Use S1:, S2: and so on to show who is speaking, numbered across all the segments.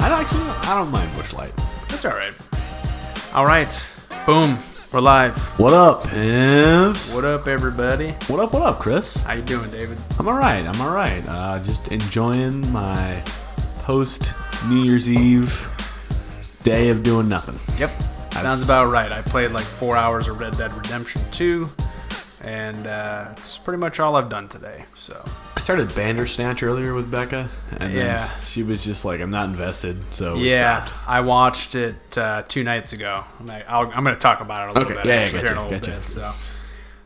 S1: actually, I don't mind Bushlight.
S2: That's all right. All right. Boom. We're live.
S1: What up, pimps?
S2: What up, everybody?
S1: What up? What up, Chris?
S2: How you doing, David?
S1: I'm all right. I'm all right. Uh, just enjoying my post New Year's Eve day of doing nothing.
S2: Yep. Sounds about right. I played like four hours of Red Dead Redemption 2, and uh, it's pretty much all I've done today. So
S1: I started Bandersnatch earlier with Becca, and then
S2: Yeah.
S1: she was just like, "I'm not invested," so we
S2: yeah,
S1: stopped.
S2: I watched it uh, two nights ago. And I, I'll, I'm going to talk about it a little
S1: Okay,
S2: bit
S1: yeah, yeah,
S2: actually, here in a
S1: gotcha,
S2: little
S1: gotcha.
S2: bit. So,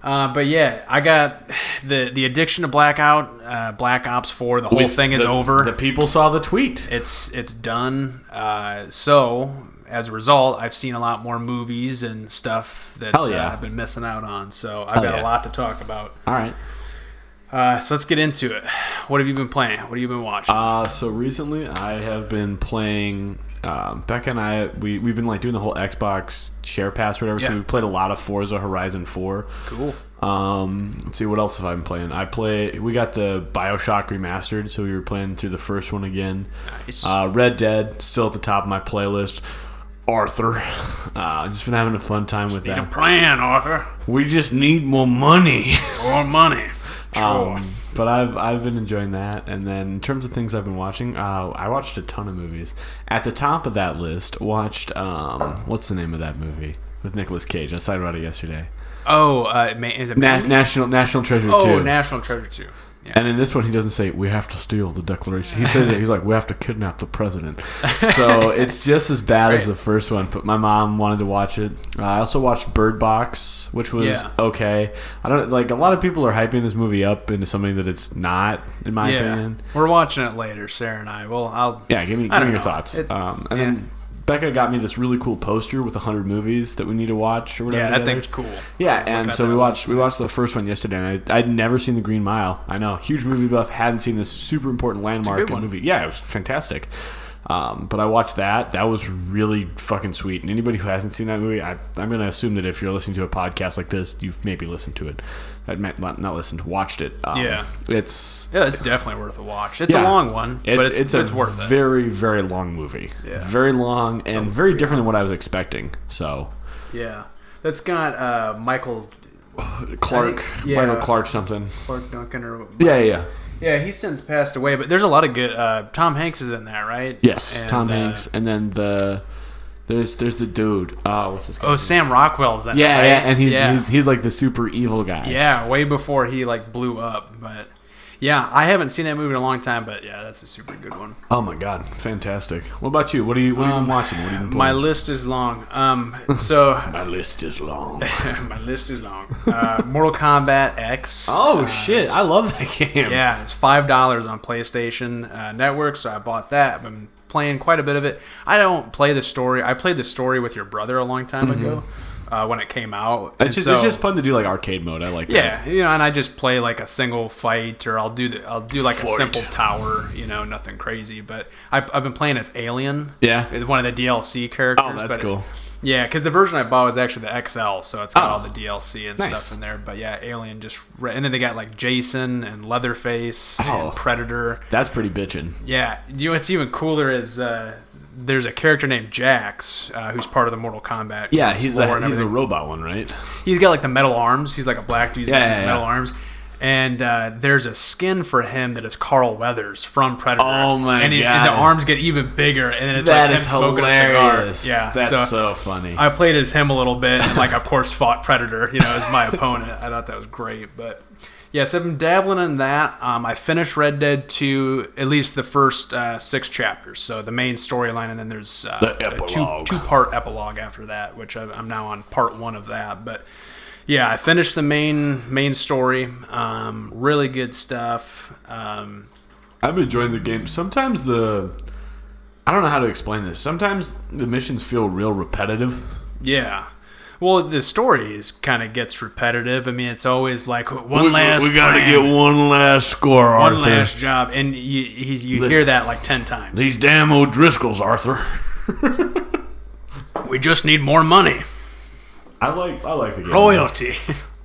S2: uh, but yeah, I got the the addiction to blackout, uh, Black Ops 4. The whole
S1: We-
S2: thing is
S1: the-
S2: over.
S1: The people saw the tweet.
S2: it's it's done. Uh, so as a result, I've seen a lot more movies and stuff that
S1: Hell yeah.
S2: uh, I've been missing out on. So I've
S1: Hell
S2: got a
S1: yeah.
S2: lot to talk about.
S1: All right.
S2: Uh, so let's get into it. What have you been playing? What have you been watching?
S1: Uh, so recently, I have been playing. Um, Becca and I, we we've been like doing the whole Xbox Share Pass, or whatever. So
S2: Yeah.
S1: we played a lot of Forza Horizon Four.
S2: cool.
S1: Um, let's see what else have I been playing. I play. We got the Bioshock remastered, so we were playing through the first one again.
S2: Nice.
S1: Uh, Red Dead still at the top of my playlist. Arthur, uh, just been having a fun time with
S2: Need a
S1: that.
S2: plan, Arthur,
S1: We just need more money.
S2: or money. Sure.
S1: Um, but I've I've been enjoying that. And then in terms of things I've been watching, uh, I watched a ton of movies. At the top of that list, watched um, what's the name of that movie with Nicolas Cage? I talked about it yesterday.
S2: oh, uh, ma- is it
S1: Na- National National Treasure
S2: Oh,
S1: Two.
S2: National Treasure Two. Yeah.
S1: and in this one, he doesn't say we have to steal the Declaration. He says it. He's like we have to kidnap the president. So it's just as bad as
S2: Right.
S1: the first one. But my mom wanted to watch it. Uh, I also watched Bird Box, which was
S2: Yeah.
S1: okay. I don't like a lot of people are hyping this movie up into something that it's not, in my
S2: yeah.
S1: opinion.
S2: We're watching it later, Sarah and I. Well, I'll.
S1: Yeah, give
S2: I
S1: me, give me
S2: don't
S1: your
S2: know.
S1: thoughts.
S2: It-
S1: um, and
S2: yeah.
S1: then Becca got me this really cool poster with 100 movies that we need to watch or whatever.
S2: Yeah, that
S1: together.
S2: thing's cool.
S1: Yeah,
S2: Just look
S1: and
S2: at
S1: so
S2: that
S1: we
S2: one.
S1: watched we watched the first one yesterday, and I, I'd never seen The Green Mile. I know, huge movie buff, hadn't seen this super important landmark
S2: good
S1: in
S2: one.
S1: movie. Yeah, it was fantastic. Um, but I watched that. That was really fucking sweet. And anybody who hasn't seen that movie, I, I'm going to assume that if you're listening to a podcast like this, you've maybe listened to it. I meant not, not listened, watched it. Um,
S2: Yeah.
S1: it's
S2: Yeah, it's definitely worth a watch. It's a
S1: Yeah.
S2: long one,
S1: It's,
S2: but it's, it's,
S1: a
S2: worth it.
S1: very very long movie.
S2: Yeah.
S1: Very long and very different than what I was expecting. So
S2: Yeah, that's got uh, Michael
S1: Clark,
S2: yeah.
S1: Michael Clark something.
S2: Clark Duncan or
S1: Yeah, yeah, yeah.
S2: yeah, he's since passed away. But there's a lot of good. Uh, Tom Hanks is in that, right?
S1: Yes,
S2: And,
S1: Tom
S2: uh,
S1: Hanks, and then the there's there's the dude. Oh, what's his?
S2: Oh, Sam Rockwell's in
S1: yeah,
S2: it. right?
S1: yeah, and he's,
S2: yeah.
S1: he's he's like the super evil guy.
S2: yeah, way before he like blew up. But yeah, I haven't seen that movie in a long time. But yeah, that's a super good one.
S1: Oh my god, fantastic. What about you? What are you what have you been watching? What have you been
S2: My
S1: playing?
S2: list is long. Um, so
S1: my list is long.
S2: my list is long. Uh, Mortal Kombat X.
S1: oh
S2: Uh,
S1: shit, I love that game.
S2: Yeah, it's five dollars on PlayStation uh, Network, so I bought that. I've been playing quite a bit of it. I don't play the story. I played the story with your brother a long time ago uh, when it came out. and
S1: It's Mm-hmm. just, it's
S2: so-
S1: just fun to do like arcade mode. I like that.
S2: yeah, you know, and I just play like a single fight, or I'll do the, I'll do like
S1: Fight.
S2: a simple tower, you know, nothing crazy. But I, I've been playing as Alien,
S1: Yeah.
S2: It's one of the DLC characters.
S1: Oh, that's
S2: but-
S1: cool.
S2: Yeah, because the version I bought was actually the XL, so it's got
S1: Oh.
S2: all the DLC and
S1: Nice.
S2: stuff in there. But yeah, Alien just, re- and then they got like Jason and Leatherface
S1: Oh.
S2: and Predator.
S1: That's pretty bitchin'.
S2: Yeah, you know what's even cooler is uh, there's a character named Jax uh, who's part of the Mortal Kombat.
S1: Yeah, he's
S2: lore
S1: a,
S2: and
S1: he's a
S2: everything.
S1: robot one, right?
S2: he's got like the metal arms. He's like a black dude. He's
S1: Yeah,
S2: got these
S1: yeah,
S2: metal
S1: yeah.
S2: arms. And uh, there's a skin for him that is Carl Weathers from Predator.
S1: Oh, my
S2: and he- And
S1: God.
S2: the arms get even bigger, and then it's
S1: That
S2: like
S1: is
S2: him smoking
S1: hilarious.
S2: a cigar. Yeah,
S1: that's
S2: so,
S1: so, funny.
S2: I played as him a little bit, and like of course fought Predator, you know, as my opponent. I thought that was great, but yeah, so I've been dabbling in that. Um, I finished Red Dead 2, at least the first uh, six chapters, so the main storyline, and then there's uh,
S1: The
S2: a
S1: epilogue.
S2: two part epilogue after that, which I- I'm now on part one of that, but. Yeah, I finished the main main story. Um, really good stuff. Um,
S1: I'm enjoying the game. Sometimes the I don't know how to explain this. Sometimes the missions feel real repetitive.
S2: Yeah. Well, the stories kind of gets repetitive. I mean, it's always like one
S1: We- we-
S2: last.
S1: we gotta
S2: plan,
S1: get one last score,
S2: one
S1: Arthur.
S2: last job, and you, he's, you hear that like ten times.
S1: These damn O'Driscolls, Arthur.
S2: we just need more money,
S1: I like I like the game.
S2: royalty.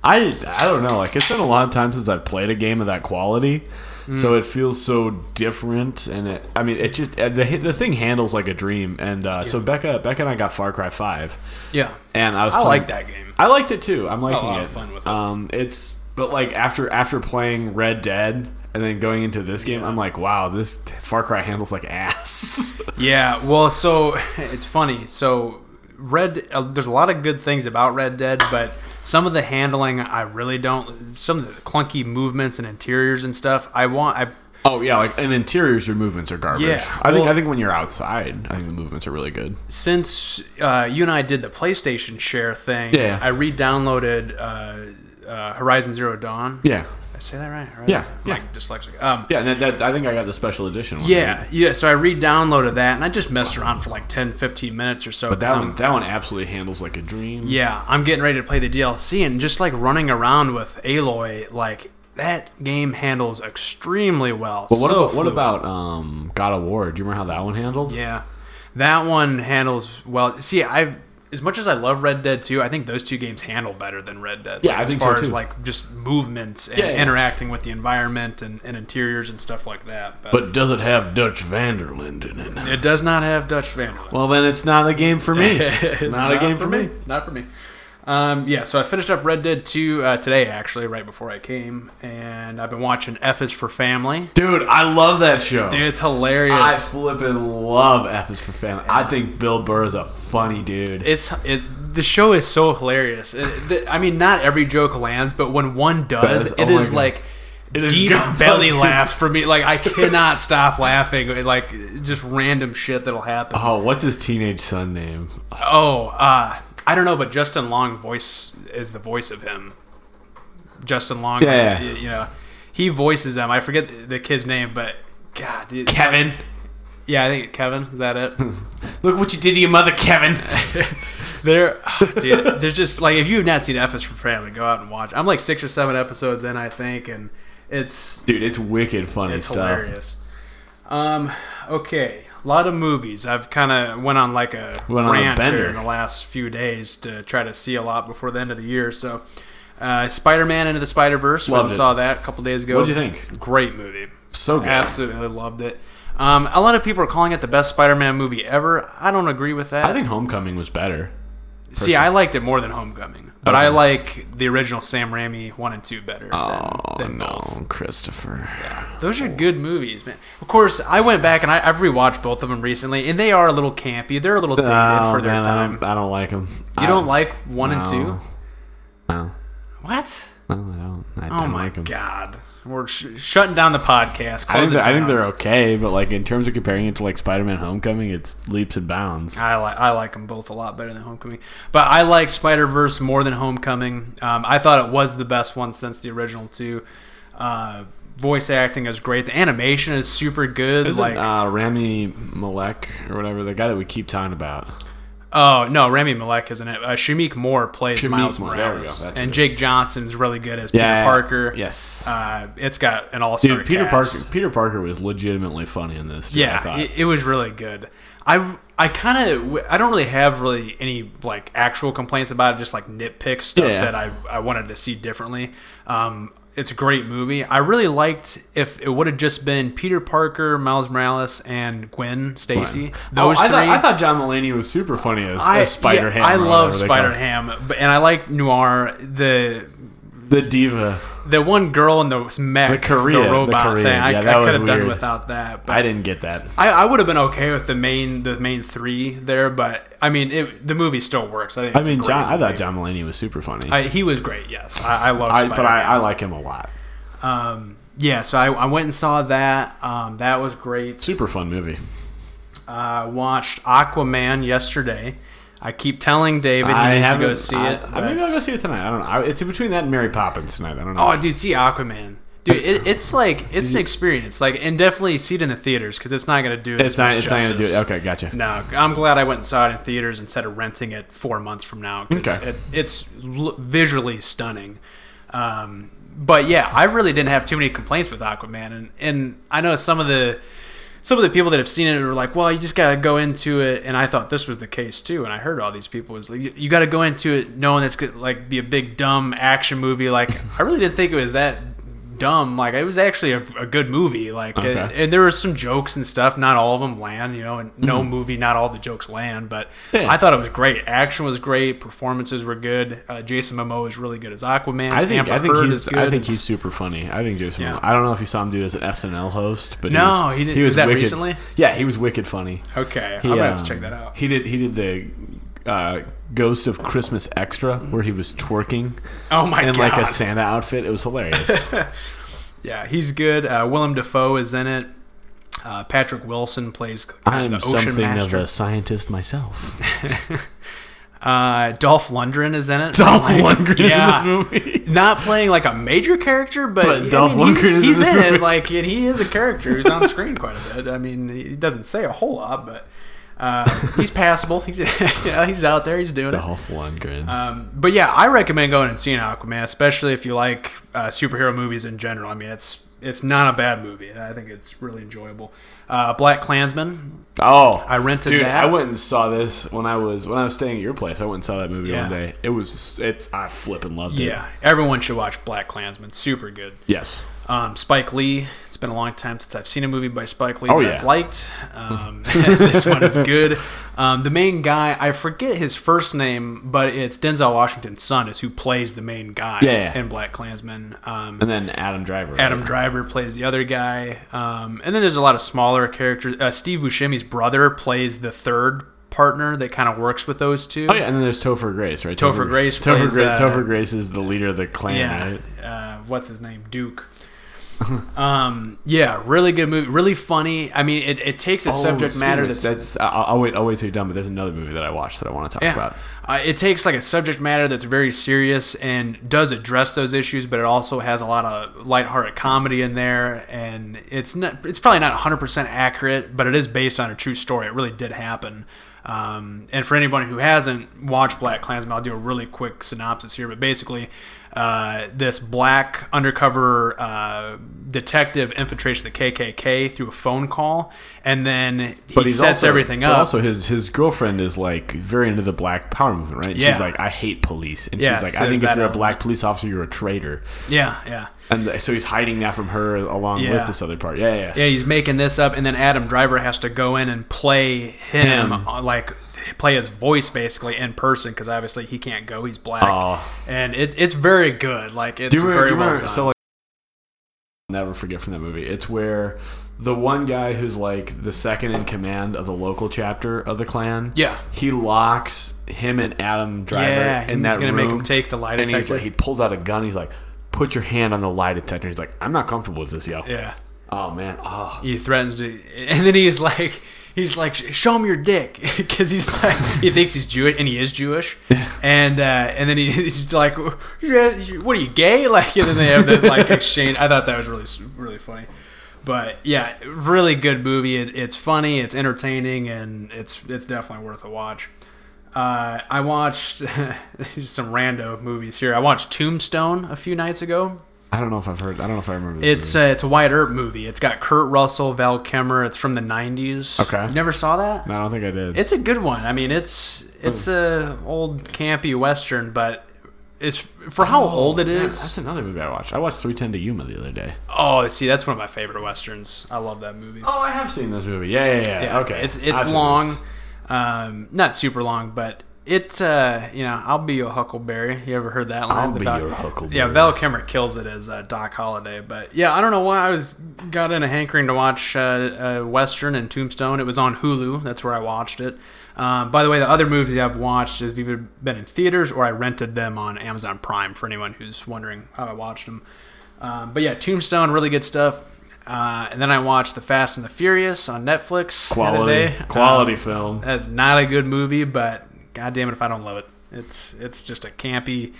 S1: I I don't know. Like it's been a long time since I've played a game of that quality,
S2: Hmm.
S1: so it feels so different. And it, I mean, it just uh, the the thing handles like a dream. And uh, so Becca Becca and I got Far Cry Five,
S2: Yeah.
S1: and I was
S2: I
S1: playing-
S2: like that game.
S1: I liked it too. I'm liking
S2: a lot
S1: it.
S2: of fun Oh, with it.
S1: Um, it's but like after after playing Red Dead and then going into this game, I'm like, wow, this Far Cry handles like ass.
S2: Yeah, well, so it's funny. So Red, uh, there's a lot of good things about Red Dead, but some of the handling I really don't. Some of the clunky movements and interiors and stuff. I want. I
S1: oh yeah, like and interiors, your movements are garbage.
S2: Yeah,
S1: I think
S2: well-
S1: I think when you're outside, I think the movements are really good.
S2: since uh, you and I did the PlayStation Share thing,
S1: Yeah.
S2: I re-downloaded uh, uh, Horizon Zero Dawn.
S1: Yeah,
S2: Did I say that right? Horizon?
S1: Yeah,
S2: I'm, Like dyslexic. Um,
S1: yeah. And that, that I think I got the special edition. One
S2: yeah, yeah. So I re-downloaded that, and I just messed around for like 10, 15 minutes or so.
S1: But that
S2: because I'm-
S1: one, that one absolutely handles like a dream.
S2: Yeah, I'm getting ready to play the DLC, and just like running around with Aloy, like that game handles extremely well.
S1: But what
S2: So
S1: about what
S2: fluid.
S1: about um, God of War? Do you remember how that one handled?
S2: Yeah, that one handles well. See, I've as much as I love Red Dead 2, I think those two games handle better than Red Dead.
S1: Yeah,
S2: like,
S1: I
S2: as
S1: think so,
S2: far as
S1: too.
S2: like just movements and
S1: Yeah, yeah.
S2: interacting with the environment and, and interiors and stuff like that. But,
S1: But does it have Dutch Vanderland in it?
S2: it does not have Dutch Vanderland.
S1: Well, then it's not a game for me.
S2: It's
S1: not, a game for me.
S2: Not for me. Um, yeah, so I finished up Red Dead 2 uh, today, actually, right before I came, and I've been watching F is for Family.
S1: Dude, I love that show.
S2: Dude, it's
S1: I
S2: hilarious.
S1: flippin' love F is for Family. I think Bill Burr is a funny dude.
S2: it's it, the show is so hilarious. It, the, I mean, not every joke lands, but when one does,
S1: Does, oh
S2: it
S1: my
S2: is
S1: God.
S2: like
S1: It is
S2: deep
S1: gut
S2: belly
S1: busting.
S2: laughs for me. Like I cannot stop laughing. It, Like just random shit that'll happen.
S1: Oh, what's his teenage son name?
S2: Oh, uh, I don't know, but Justin Long voice is the voice of him. Justin Long,
S1: Yeah.
S2: y- you know, he voices him. I forget the kid's name, but God, dude.
S1: Kevin.
S2: yeah, I think Kevin is that it.
S1: Look what you did to your mother, Kevin.
S2: there, oh, dude, there's just like if you have not seen F is for Family, go out and watch. I'm like six or seven episodes in, I think, and it's
S1: Dude, it's wicked funny
S2: it's
S1: stuff.
S2: hilarious. Um, okay, a lot of movies. I've kind of went on like a
S1: Went on a
S2: rant
S1: bender.
S2: here in the last few days to try to see a lot before the end of the year. So, uh, Spider-Man into the Spider-Verse. Went and
S1: Loved it.
S2: saw that a couple days ago.
S1: What'd you think?
S2: Great movie.
S1: So good.
S2: Absolutely loved it. Um, a lot of people are calling it the best Spider-Man movie ever. I don't agree with that.
S1: I think Homecoming was better.
S2: See, I liked it more than Homecoming, but I
S1: Okay.
S2: like the original Sam Raimi one and two better.
S1: Oh,
S2: than, than both.
S1: no, Christopher.
S2: Those are good movies, man. Of course, I went back and I, I've rewatched both of them recently, and they are a little campy. They're a little dated
S1: Oh,
S2: for their
S1: man, I
S2: time.
S1: don't, I don't like him.
S2: You don't like one and
S1: no.
S2: two?
S1: No,
S2: What?
S1: no, I don't. I
S2: Oh
S1: don't
S2: my
S1: like him.
S2: god! We're sh- shutting down the podcast.
S1: I think,
S2: Close it
S1: they're, I think
S2: down.
S1: they're okay, but like in terms of comparing it to like Spider-Man: Homecoming, it's leaps and bounds.
S2: I like I like them both a lot better than Homecoming, but I like Spider Verse more than Homecoming. Um, I thought it was the best one since the original two. Uh, voice acting is great. The animation is super good.
S1: Isn't
S2: like
S1: uh, Rami Malek or whatever the guy that we keep talking about?
S2: Oh no, Rami Malek isn't it? Uh, Shamik Moore plays
S1: Shamik
S2: Miles
S1: Moore,
S2: Morales,
S1: there we go, that's
S2: and
S1: good.
S2: Jake Johnson's really good as Peter Parker.
S1: Yes.
S2: uh, it's got an all-star
S1: Dude, Peter
S2: cast.
S1: Parker. Peter Parker was legitimately funny in this. Dude, I
S2: Yeah,
S1: thought.
S2: it, it was really good. I I kind of I don't really have really any like actual complaints about it, just like nitpick stuff
S1: Yeah.
S2: that I I wanted to see differently. Um, it's a great movie. I really liked if it would have just been Peter Parker, Miles Morales, and Gwen Stacy.
S1: Oh,
S2: Those
S1: I
S2: three.
S1: thought, I thought John Mulaney was super funny as, as Spider Ham.
S2: yeah, I love Spider Ham, but- and I like Noir. The
S1: The diva.
S2: the one girl in the mech, the,
S1: Korea- the
S2: robot
S1: Korean,
S2: thing. I,
S1: yeah,
S2: I
S1: that was
S2: could have done
S1: weird.
S2: without that. But
S1: I
S2: I,
S1: didn't get that.
S2: I, would have been okay with the main the main three there. But I mean, it, the movie still works. I, think
S1: I
S2: it's a
S1: mean,
S2: great
S1: John, I thought
S2: movie.
S1: John Mulaney was super funny.
S2: I, he was great. Yes, I, I love.
S1: I-
S2: Spider
S1: but I, I like him a lot.
S2: um, yeah. So I, I went and saw that. Um, that was great.
S1: Super fun movie.
S2: Uh, watched Aquaman yesterday. I keep telling David he needs to go
S1: haven't-
S2: see
S1: I-
S2: it.
S1: I- maybe
S2: but-
S1: I'll go see it tonight. I don't know. I, it's between that and Mary Poppins tonight. I don't know.
S2: Oh, dude, see Aquaman. Dude, it, it's like it's an experience, like, and definitely see it in the theaters because it's not gonna do it.
S1: it's not. It's not gonna do it. Okay, gotcha.
S2: No, I'm glad I went and saw it in theaters instead of renting it four months from now. 'cause
S1: Okay.
S2: it, it's l- visually stunning. Um, but yeah, I really didn't have too many complaints with Aquaman, and and I know some of the some of the people that have seen it are like, well, you just gotta go into it, and I thought this was the case too, and I heard all these people was like, you, you gotta go into it knowing it's gonna like be a big dumb action movie. Like I really didn't think it was that dumb. Like it was actually a, a good movie. Like
S1: Okay.
S2: and, and there was some jokes and stuff. Not all of them land, you know. And no movie, not all the jokes land. But
S1: Mm-hmm. Yeah.
S2: I thought it was great. Action was great. Performances were good. Uh, Jason Momoa is really good as Aquaman.
S1: I think
S2: Amber
S1: I think
S2: Heard
S1: he's I think
S2: It's-
S1: he's super funny. I think Jason.
S2: Yeah.
S1: Momoa- I don't know if you saw him do as an SNL host, but
S2: No,
S1: he was,
S2: he didn't- was that
S1: wicked-
S2: recently?
S1: Yeah, he was wicked funny.
S2: okay.
S1: He,
S2: I'm gonna have to
S1: um,
S2: check that out.
S1: He did he did the uh, Ghost of Christmas Extra where he was twerking
S2: Oh my
S1: in
S2: god!
S1: like a Santa outfit. It was hilarious.
S2: Yeah, he's good. Uh, Willem Dafoe is in it. Uh, Patrick Wilson plays
S1: I
S2: kind
S1: am
S2: of the ocean
S1: something
S2: master.
S1: of a scientist myself.
S2: Uh, Dolph Lundgren is in it. Like,
S1: Lundgren
S2: yeah.
S1: in this movie.
S2: Not playing like a major character, but,
S1: But
S2: I
S1: Dolph
S2: mean, he's,
S1: Lundgren is
S2: he's
S1: in this
S2: in it.
S1: movie.
S2: Like, and he is a character who's on screen quite a bit. I mean, he doesn't say a whole lot, but uh, he's passable. He's, yeah, he's out there. He's doing it.
S1: Dolph Lundgren.
S2: Um, but yeah, I recommend going and seeing Aquaman, especially if you like uh, superhero movies in general. I mean, it's it's not a bad movie. I think it's really enjoyable. Uh, Black Klansman.
S1: oh,
S2: I rented
S1: dude.
S2: that.
S1: I went and saw this when I was when I was staying at your place. I went and saw that movie
S2: Yeah.
S1: one day. It was it's I flipping loved it.
S2: Yeah, everyone should watch Black Klansman. Super good.
S1: Yes.
S2: Um, Spike Lee. It's been a long time since I've seen a movie by Spike Lee
S1: Oh,
S2: that
S1: yeah.
S2: I've liked. Um, this one is good. Um, the main guy, I forget his first name, but it's Denzel Washington's son is who plays the main guy
S1: Yeah, yeah.
S2: in Black Klansman. Um,
S1: And then Adam Driver.
S2: Adam Driver plays the other guy, um, and then there's a lot of smaller characters. Uh, Steve Buscemi's brother plays the third partner that kind of works with those two.
S1: Oh yeah, and then there's Topher Grace, right?
S2: Topher Grace
S1: Topher,
S2: plays,
S1: Gra-
S2: uh,
S1: Topher Grace is the leader of the clan.
S2: yeah.
S1: Right?
S2: Uh, what's his name? Duke. um, yeah, really good movie, really funny. I mean, it, it takes a subject
S1: Oh,
S2: matter
S1: excuse
S2: that's
S1: me. that's. I'll, I'll wait. I'll wait till you're done. But there's another movie that I watched that I want to talk about.
S2: Uh, it takes like a subject matter that's very serious and does address those issues, but it also has a lot of lighthearted comedy in there. And it's not, it's probably not 100% accurate, but it is based on a true story. It really did happen. Um, and for anyone who hasn't watched Black Klansman, I'll do a really quick synopsis here. But basically, uh, this black undercover uh, detective infiltrates the KKK through a phone call, and then he
S1: But he's
S2: sets
S1: also,
S2: everything
S1: but
S2: up.
S1: Also, his his girlfriend is like very into the black power movement, right? And
S2: Yeah.
S1: She's like, I hate police, and
S2: Yeah,
S1: she's like,
S2: so
S1: I think
S2: there's that
S1: if you're a
S2: element.
S1: black police officer, you're a traitor.
S2: yeah, yeah.
S1: And th- so he's hiding that from her along
S2: Yeah.
S1: with this other part. Yeah, yeah.
S2: Yeah, he's making this up, and then Adam Driver has to go in and play him,
S1: Him.
S2: uh, like play his voice basically in person because obviously he can't go; he's black,
S1: Oh.
S2: and it's it's very good. Like it's
S1: Do you remember?
S2: very
S1: do you
S2: well
S1: remember-
S2: done.
S1: So like, I'll never forget from that movie. It's where the one guy who's like the second in command of the local chapter of the clan.
S2: Yeah.
S1: he locks him and Adam Driver
S2: yeah,
S1: in
S2: and he's
S1: that
S2: gonna
S1: room.
S2: make him take the lie
S1: and he's
S2: detector.
S1: like, he pulls out a gun. He's like, "Put your hand on the lie detector." He's like, "I'm not comfortable with this, yo."
S2: yeah,
S1: Oh man. Oh.
S2: he threatens to, and then he's like. He's like, show him your dick, because he's like, he thinks he's Jewish, and he is Jewish, and uh, and then he, he's like, what are you gay? Like, and then they have that like exchange. I thought that was really really funny. But yeah, really good movie. It, it's funny, it's entertaining, and it's it's definitely worth a watch. Uh, I watched some rando movies here. I watched Tombstone a few nights ago.
S1: I don't know if I've heard. I don't know if I remember. This
S2: It's a, it's a Wyatt Earp movie. It's got Kurt Russell, Val Kilmer. It's from the '90s.
S1: Okay.
S2: you never saw that?
S1: movie. No, I don't think I did.
S2: It's a good one. I mean, it's it's a old campy western, but it's for how old it
S1: Oh, Yeah,
S2: is.
S1: that's another movie I watched. I watched 310 to Yuma the other day.
S2: oh, see, that's one of my favorite westerns. I love that movie.
S1: Oh, I have seen this movie. Yeah, yeah, yeah.
S2: Yeah,
S1: Okay,
S2: It's
S1: I've
S2: it's
S1: seen
S2: long,
S1: this.
S2: um, not super long, but it's uh, you know, I'll be your Huckleberry. You ever heard that line?
S1: I'll
S2: The
S1: be your huckleberry.
S2: Yeah, Val Kilmer kills it as uh, Doc Holliday, but yeah, I don't know why I was got in a hankering to watch uh, uh, Western and Tombstone. It was on Hulu. That's where I watched it. Um, by the way, the other movies I've watched is either been in theaters or I rented them on Amazon Prime. For anyone who's wondering how I watched them, um, but yeah, Tombstone, really good stuff. Uh, and then I watched The Fast and the Furious on Netflix. the other
S1: quality,
S2: day.
S1: quality
S2: Um,
S1: film.
S2: that's not a good movie, but goddamn it if I don't love it. It's it's just a campy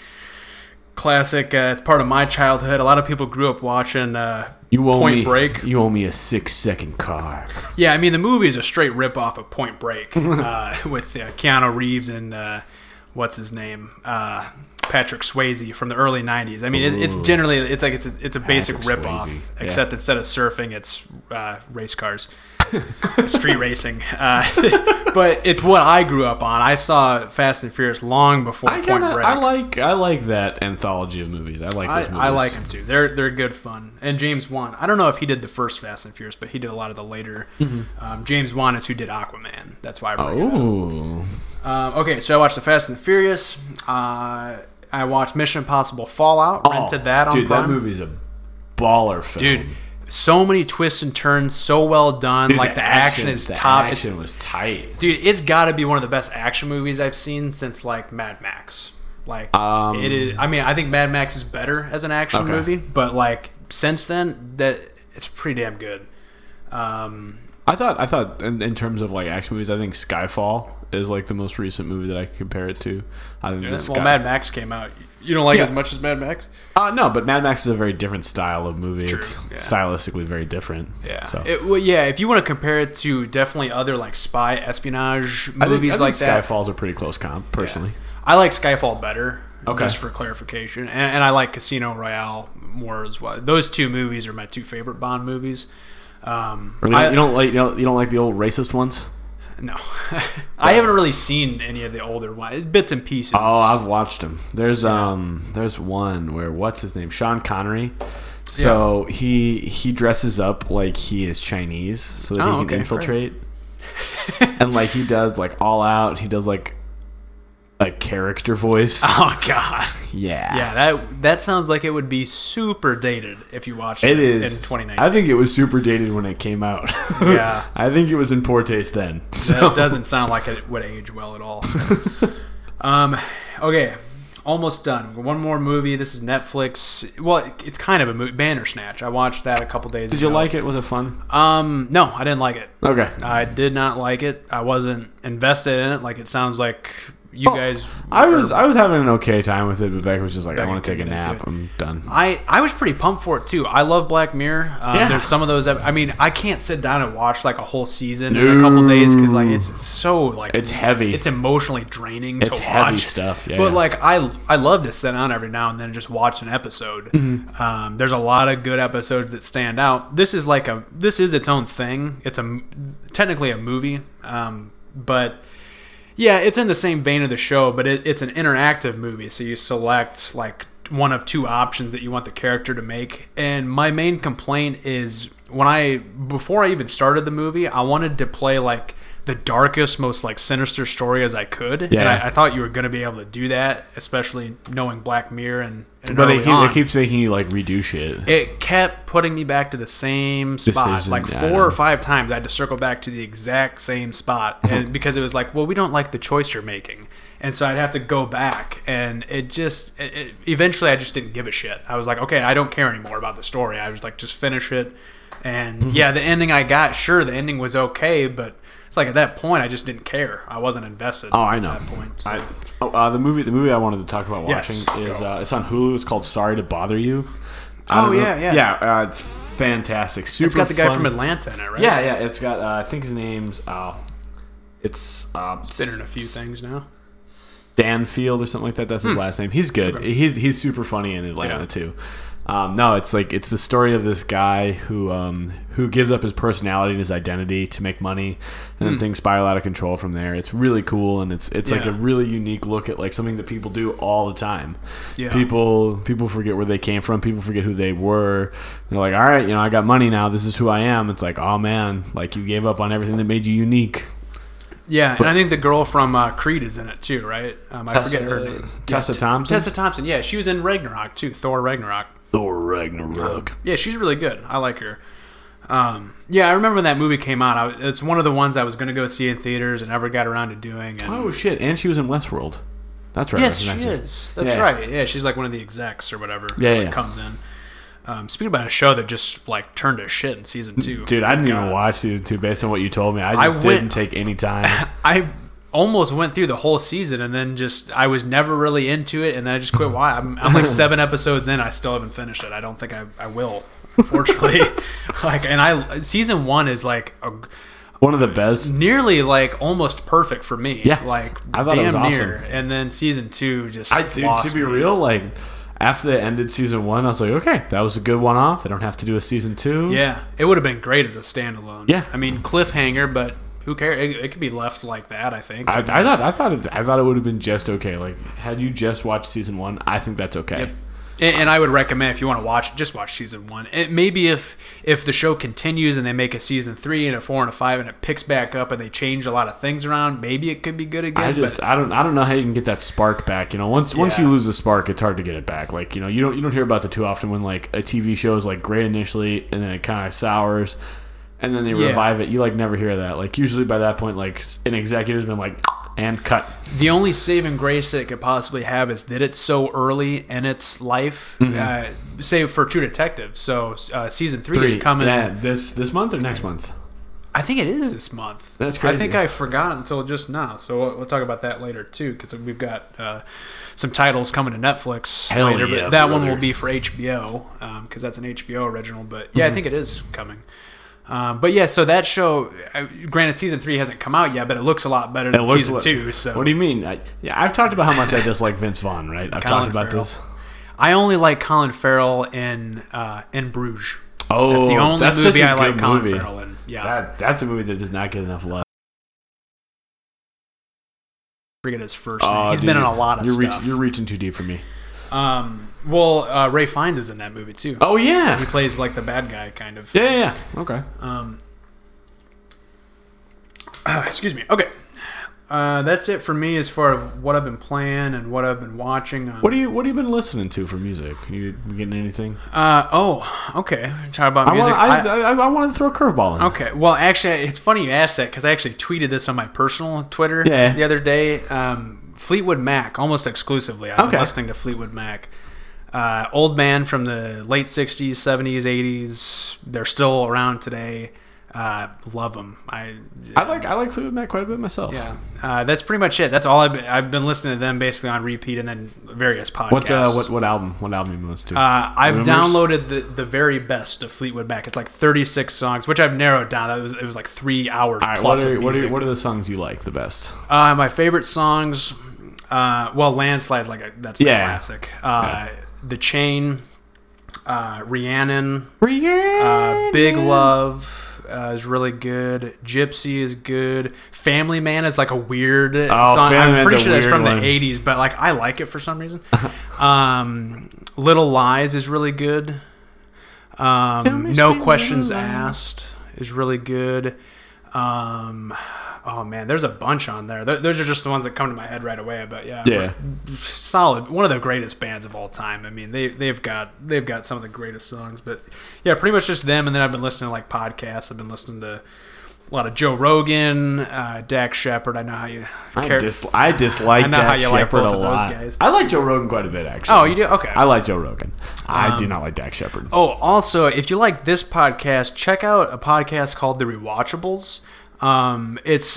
S2: classic. Uh, it's part of my childhood. A lot of people grew up watching. Uh,
S1: You owe
S2: Point
S1: me,
S2: Break.
S1: You owe me a six-second car.
S2: yeah, I mean the movie is a straight rip off of Point Break uh, with uh, Keanu Reeves and uh, what's his name, uh, Patrick Swayze from the early '90s. I mean, it, it's generally it's like it's a, it's a basic
S1: Patrick
S2: rip off,
S1: Swayze, yeah.
S2: except instead of surfing, it's uh, race cars, street racing. Uh, but it's what I grew up on. I saw Fast and Furious long before
S1: I
S2: Point
S1: kinda,
S2: Break.
S1: I like I like that anthology of movies. I like
S2: I,
S1: those movies.
S2: I like them too. They're they're good fun. And James Wan. I don't know if he did the first Fast and Furious, but he did a lot of the later. Um, James Wan is who did Aquaman. That's why I bring it up.
S1: Mm-hmm. Oh,
S2: Um, okay, so I watched The Fast and the Furious. Uh, I watched Mission Impossible Fallout. rented that on
S1: Oh, dude.
S2: Prime.
S1: That movie's a baller film,
S2: Dude, so many twists and turns, so well done.
S1: Dude,
S2: like the, action, is
S1: the
S2: top. It's-
S1: Action was tight.
S2: dude, it's got to be one of the best action movies I've seen since like Mad Max. Like
S1: Um,
S2: it is. I mean, I think Mad Max is better as an action
S1: Okay.
S2: movie, but like since then, that it's pretty damn good. Um,
S1: I thought I thought in, in terms of like action movies, I think Skyfall is like the most recent movie that I could compare it to. I think that
S2: this well,
S1: Sky-
S2: Mad Max came out. You don't like
S1: Yeah.
S2: it as much as Mad Max?
S1: Uh, no, but Mad Max is a very different style of movie.
S2: True,
S1: It's
S2: yeah.
S1: stylistically very different.
S2: Yeah.
S1: So.
S2: It, well, yeah. If you want to compare it to definitely other like spy espionage
S1: I think-
S2: movies
S1: I think
S2: like that,
S1: Skyfall's a pretty close comp, personally.
S2: I like Skyfall better.
S1: Okay.
S2: Just for clarification, and, and I like Casino Royale more as well. Those two movies are my two favorite Bond movies. Um,
S1: Or they-
S2: I-
S1: you don't like you don't, you don't like the old racist ones.
S2: no, I haven't really seen any of the older ones, bits and pieces.
S1: Oh, I've watched them. There's um, there's one where what's his name, Sean Connery. So he he dresses up like he is Chinese so that
S2: Oh, okay,
S1: he can
S2: great.
S1: infiltrate, and like he does like all out. He does like a character voice.
S2: oh God,
S1: yeah,
S2: yeah that that sounds like it would be super dated if you watched
S1: It
S2: it,
S1: is.
S2: in 2019.
S1: I think it was super dated when it came out.
S2: Yeah.
S1: I think it was in poor taste then. So
S2: That doesn't sound like it would age well at all. um, okay, almost done. One more movie. This is Netflix. Well, it's kind of a movie. Bandersnatch. I watched that a couple days
S1: did
S2: ago.
S1: you like it? Was it fun?
S2: Um, no, I didn't like it.
S1: Okay.
S2: I did not like it. I wasn't invested in it. Like it sounds like you guys.
S1: I was
S2: were-
S1: I was having an okay time with it, but Becca was just like, I
S2: Becca
S1: want to take a
S2: couldn't get into
S1: nap.
S2: it.
S1: I'm done.
S2: I, I was pretty pumped for it too. I love Black Mirror. Um,
S1: Yeah.
S2: There's some of those. I mean, I can't sit down and watch like a whole season in a couple days because like it's so like
S1: It's heavy.
S2: It's emotionally draining.
S1: It's
S2: to
S1: heavy
S2: watch.
S1: stuff, yeah.
S2: But like I I love to sit down every now and then just watch an episode.
S1: Mm-hmm.
S2: Um, there's a lot of good episodes that stand out. This is like a this is its own thing. It's a m- technically a movie, um, but. Yeah, it's in the same vein of the show, but it, it's an interactive movie. So you select like one of two options that you want the character to make. And my main complaint is when I before I even started the movie, I wanted to play like the darkest, most like sinister story as I could. And
S1: Yeah.
S2: I, I thought you were going to be able to do that, especially knowing Black Mirror and. and
S1: But
S2: early
S1: it, keep,
S2: on
S1: it keeps making you like redo shit.
S2: it kept putting me back to the same spot
S1: Decision,
S2: like
S1: yeah, I
S2: four
S1: know.
S2: or five times i had to circle back to the exact same spot and because it was like well we don't like the choice you're making and so i'd have to go back and it just it, it- eventually i just didn't give a shit i was like okay i don't care anymore about the story i was like just finish it
S1: Mm-hmm.
S2: and yeah the ending i got sure the ending was okay but it's like at that point i just didn't care i wasn't invested
S1: oh, I know.
S2: at that point so.
S1: I, oh, uh, the movie the movie I wanted to talk about watching
S2: Yes,
S1: is
S2: go.
S1: uh, it's on Hulu. It's called Sorry to Bother You. I
S2: Oh,
S1: don't know-
S2: yeah, yeah.
S1: yeah. Uh, it's fantastic. Super.
S2: it's got the guy
S1: fun.
S2: from atlanta in it right
S1: Yeah, yeah. It's got uh, I think his name's uh, it's uh,
S2: been in a few things now
S1: Danfield or something like that. That's his last name. He's good. He's he's super funny in Atlanta
S2: Hmm. Yeah.
S1: too. Um, no, it's like it's the story of this guy who um, who gives up his personality and his identity to make money, and then things spiral out of control from there. It's really cool, and it's it's like a
S2: Hmm. Yeah.
S1: really unique look at like something that people do all the time.
S2: Yeah.
S1: People people forget where they came from. People forget who they were. They're like, all right, you know, I got money now. This is who I am. It's like, oh man, like you gave up on everything that made you unique.
S2: Yeah, and I think the girl from uh, Creed is in it too, right? Um, I forget her name.
S1: Tessa
S2: yeah, T-
S1: Thompson?
S2: Tessa Thompson. Yeah, she was in Ragnarok too. Thor Ragnarok.
S1: Thor Ragnarok.
S2: Yeah, she's really good. I like her. Um, yeah, I remember when that movie came out. I, was- it's one of the ones I was going to go see in theaters and never got around to doing. And,
S1: Oh shit! And she was in Westworld. That's right.
S2: yes,
S1: I
S2: she
S1: recognize her.
S2: is. That's
S1: Yeah.
S2: right. Yeah, she's like one of the execs or whatever.
S1: Yeah,
S2: that
S1: yeah.
S2: comes in. Um, speaking about a show that just like turned to shit in season two,
S1: Dude, I didn't even
S2: God.
S1: watch season two based on what you told me. I just
S2: went-
S1: didn't take any time.
S2: I almost went through the whole season and then just I was never really into it and then I just quit why I'm, I'm like seven episodes in I still haven't finished it I don't think I, I will unfortunately like and I season one is like a,
S1: One of the best.
S2: nearly like almost perfect for me.
S1: Yeah.
S2: like
S1: I thought it was
S2: damn
S1: awesome.
S2: near. And then season two just
S1: I dude,
S2: lost
S1: to be
S2: me.
S1: real, like after they ended season one, I was like, okay, that was a good one off. They don't have to do a season two.
S2: Yeah, it would have been great as a standalone.
S1: Yeah.
S2: I mean cliffhanger, but who cares? It, it could be left like that. I think.
S1: I, I thought I thought it, I thought it would have been just okay. Like had you just watched season one, I think that's okay.
S2: Yep. And, and I would recommend if you want to watch, just watch season one. It, maybe if if the show continues and they make a season three and a four and a five and it picks back up and they change a lot of things around, maybe it could be good again.
S1: I just
S2: but
S1: I don't I don't know how you can get that spark back. You know, once once
S2: Yeah.
S1: you lose the spark, it's hard to get it back. Like you know, you don't you don't hear about that too often when like a TV show is like great initially and then it kind of sours, and then they
S2: Yeah.
S1: revive it. You like never hear that. Like usually by that point, like an executive's been like and cut.
S2: the only saving grace that it could possibly have is that it's so early in its life,
S1: Mm-hmm.
S2: uh, save for True Detective. So uh, season three, is coming.
S1: Yeah, this this month or next month.
S2: I think it is this month.
S1: That's
S2: I
S1: crazy.
S2: think I forgot until just now. So we'll, we'll talk about that later too, because we've got uh, some titles coming to Netflix
S1: Hell
S2: later.
S1: yeah,
S2: but that one
S1: brother.
S2: will be for HBO, because um, that's an HBO original. But yeah,
S1: Mm-hmm.
S2: I think it is coming. Um, but yeah, so that show, uh, granted, season three hasn't come out yet, but it looks a lot better than
S1: It looks
S2: season
S1: like-
S2: two. So
S1: What do you mean? I, yeah, I've talked about how much I dislike Vince Vaughn, right? I've
S2: Colin
S1: talked about
S2: Farrell.
S1: this.
S2: I only like Colin Farrell in uh, in Bruges.
S1: Oh,
S2: That's the only
S1: that's
S2: movie
S1: such a
S2: I like
S1: good
S2: Colin
S1: movie.
S2: Farrell in. Yeah,
S1: That that's a movie that does not get enough love.
S2: forget his first name. He's been in a lot of
S1: Oh, you're
S2: stuff.
S1: Reach, you're reaching too deep for me.
S2: um, well, uh, Ray Fiennes is in that movie too.
S1: Oh yeah,
S2: He plays like the bad guy, kind of.
S1: yeah, yeah. yeah. Okay.
S2: Um, excuse me. Okay. Uh, that's it for me as far as what I've been playing and what I've been watching. Um,
S1: What do you What have you been listening to for music? You getting anything?
S2: Uh, oh, okay. Talk about
S1: I want
S2: music.
S1: I, I, I, wanted to throw a curveball in.
S2: Okay. Well, actually, it's funny you asked that because I actually tweeted this on my personal Twitter
S1: Yeah.
S2: the other day. Um, Fleetwood Mac, almost exclusively. I've
S1: Okay.
S2: been listening to Fleetwood Mac. Uh, old band from the late 60s, 70s, 80s. They're still around today. Uh, love them. I,
S1: I like I like Fleetwood Mac quite a bit myself.
S2: yeah. Uh, that's pretty much it. That's all I've been, I've been listening to them basically on repeat and then various podcasts.
S1: What uh, what what album? What album you been listening to?
S2: Uh, I've
S1: Rumors?
S2: downloaded the, the very best of Fleetwood Mac. It's like 36 songs, which I've narrowed down. That was it was like three hours
S1: All right.
S2: plus.
S1: What are,
S2: of
S1: what are
S2: music.
S1: what are the songs you like the best?
S2: Uh, my favorite songs, uh, well, Landslide's like a, that's the
S1: Yeah.
S2: classic. Uh, The Chain, uh, Rhiannon, uh, Big Love uh, is really good. Gypsy is good. Family Man is like a weird song.
S1: Oh, Family
S2: I'm
S1: Man's
S2: pretty
S1: a
S2: sure that's
S1: weird
S2: from
S1: one.
S2: the '80s, but like I like it for some reason. um, Little Lies is really good. Um,
S1: me
S2: no
S1: sweet
S2: questions
S1: Little Lies.
S2: asked is really good. Um, oh man, there's a bunch on there. Th- Those are just the ones that come to my head right away. But yeah,
S1: Yeah.
S2: solid one of the greatest bands of all time i mean they, they've got they've got some of the greatest songs but yeah pretty much just them and then i've been listening to like podcasts i've been listening to a lot of joe rogan uh, dak shepard i know how you
S1: I,
S2: care-
S1: dis- I dislike
S2: I know
S1: Dak
S2: how you like
S1: Shepard
S2: both
S1: a
S2: of those
S1: lot.
S2: guys.
S1: I like Joe Rogan quite a bit, actually.
S2: oh you do okay
S1: I like Joe Rogan. I do not like Dak Shepard.
S2: oh also if you like this podcast check out a podcast called the rewatchables um, it's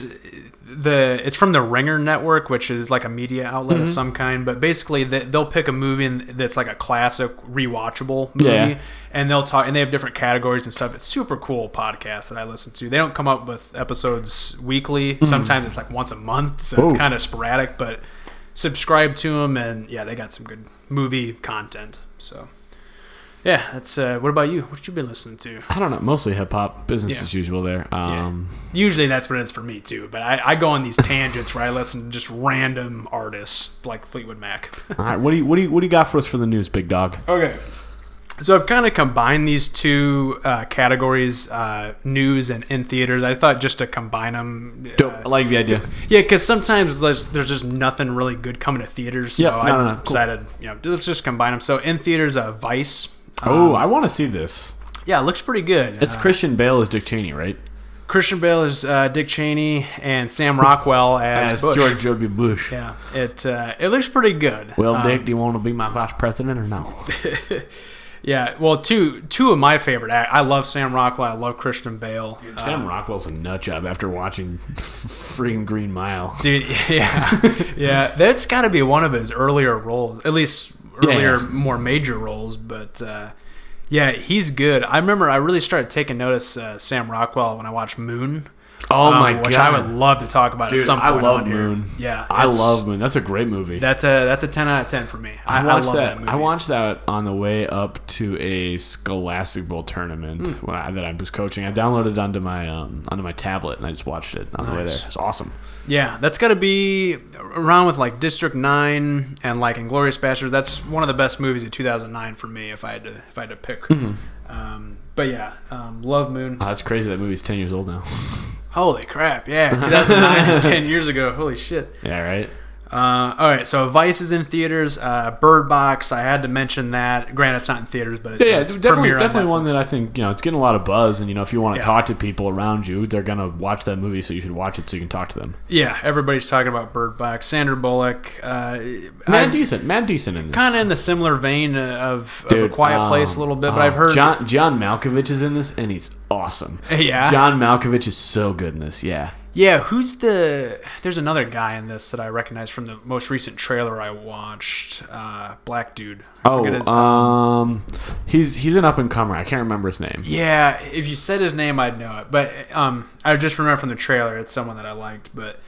S2: the it's from the Ringer Network, which is like a media outlet
S1: Mm-hmm.
S2: of some kind. But basically, they, they'll pick a movie and that's like a classic rewatchable movie,
S1: Yeah.
S2: and they'll talk and they have different categories and stuff. It's super cool podcast that I listen to. They don't come up with episodes weekly. Sometimes it's like once a month, so
S1: Whoa.
S2: it's kind of sporadic. But subscribe to them, and yeah, they got some good movie content. So yeah, that's uh, what about you? What you been listening to?
S1: I don't know. Mostly hip hop, business
S2: Yeah.
S1: as usual there. Um,
S2: Usually that's what it is for me too, but I, I go on these tangents where I listen to just random artists like Fleetwood Mac.
S1: All right, what do you what do you what do you got for us for the news, big dog?
S2: okay. So I've kind of combined these two uh, categories, uh, news and in theaters. I thought just to combine them.
S1: Dope. I like the idea.
S2: Yeah, because sometimes there's, there's just nothing really good coming to theaters. So
S1: Yeah, no,
S2: I
S1: no, no, cool.
S2: decided, you know, let's just combine them. So in theaters, uh, Vice.
S1: Oh, I want to see this.
S2: Yeah, it looks pretty good.
S1: It's Christian Bale as Dick Cheney, right?
S2: Christian Bale is uh, Dick Cheney and Sam Rockwell as,
S1: As
S2: Bush.
S1: George W. Bush.
S2: Yeah, it uh, it looks pretty good.
S1: Well,
S2: Um,
S1: Dick, do you want to be my vice president or no?
S2: yeah. Well, two two of my favorite. act- I love Sam Rockwell. I love Christian Bale. Uh,
S1: Sam Rockwell's a nut job after watching freaking Green Mile.
S2: dude, yeah, yeah. That's got to be one of his earlier roles, at least
S1: Yeah.
S2: earlier, more major roles. But uh, yeah, he's good. I remember I really started taking notice uh, Sam Rockwell when I watched Moon.
S1: Oh
S2: um,
S1: my
S2: which
S1: god,
S2: I would love to talk about
S1: Dude,
S2: at some
S1: I
S2: point.
S1: love
S2: on here.
S1: Moon.
S2: Yeah,
S1: I
S2: it's-
S1: love Moon. That's a great movie.
S2: That's a that's a ten out of ten for me. I, I
S1: watched
S2: love that. movie.
S1: I watched that on the way up to a Scholastic Bowl tournament
S2: Hmm.
S1: when I, that I was coaching. I downloaded it onto my um, onto my tablet and I just watched it on the way
S2: Nice.
S1: there. It's awesome.
S2: Yeah, that's got to be around with like District Nine and like Inglorious Bastards. That's one of the best movies of 2009 for me. If I had to, if I had to pick.
S1: Mm-hmm.
S2: Um, but yeah, um, Love Moon.
S1: Oh, that's crazy. That movie's ten years old now.
S2: Holy crap! Yeah, 2009 is 10 years ago. Holy shit.
S1: yeah, right.
S2: Uh, all right, so Vice is in theaters. Uh, Bird Box. I had to mention that. Granted, it's not in theaters, but it-
S1: Yeah, yeah,
S2: it's
S1: it's definitely
S2: premiere on
S1: definitely one
S2: Netflix.
S1: that I think you know it's getting a lot of buzz, and you know if you want to
S2: Yeah.
S1: talk to people around you, they're gonna watch that movie, so you should watch it so you can talk to them.
S2: Yeah, everybody's talking about Bird Box. Sandra Bullock. Uh,
S1: Mad
S2: I've-
S1: decent, Mad decent in this.
S2: kind of in the similar vein of, of a
S1: Dude,
S2: quiet place
S1: um,
S2: a little bit, but
S1: um,
S2: I've heard
S1: John John Malkovich is in this, and he's awesome.
S2: Yeah?
S1: John Malkovich is so good in this. Yeah,
S2: yeah, who's the? There's another guy in this that I recognize from the most recent trailer I watched. Uh, black dude. I
S1: Oh, um, he's he's an up and comer. I can't remember his name.
S2: yeah, if you said his name, I'd know it. But um, I just remember from the trailer, it's someone that I liked. But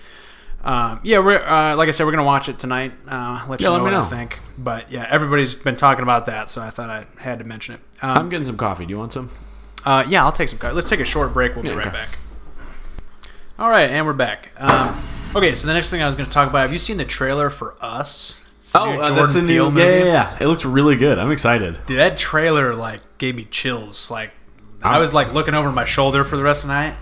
S2: um, yeah, we're uh, like I said, we're gonna watch it tonight. Uh, let you
S1: Yeah,
S2: know
S1: let me
S2: what
S1: know.
S2: I think. But yeah, everybody's been talking about that, so I thought I had to mention it. Um,
S1: I'm getting some coffee. Do you want some?
S2: Uh, yeah, I'll take some. co- Let's take a short break. We'll be
S1: Yeah,
S2: right
S1: okay.
S2: back. All right, and we're back. Um, okay, so the next thing I was going to talk about. Have you seen the trailer for Us? It's
S1: Oh,
S2: the
S1: uh,
S2: uh, new Jordan Peele
S1: Yeah, yeah, yeah. It looks really good. I'm excited.
S2: Dude, that trailer like gave me chills. Like i
S1: I'm-
S2: was like looking over my shoulder for the rest of the night.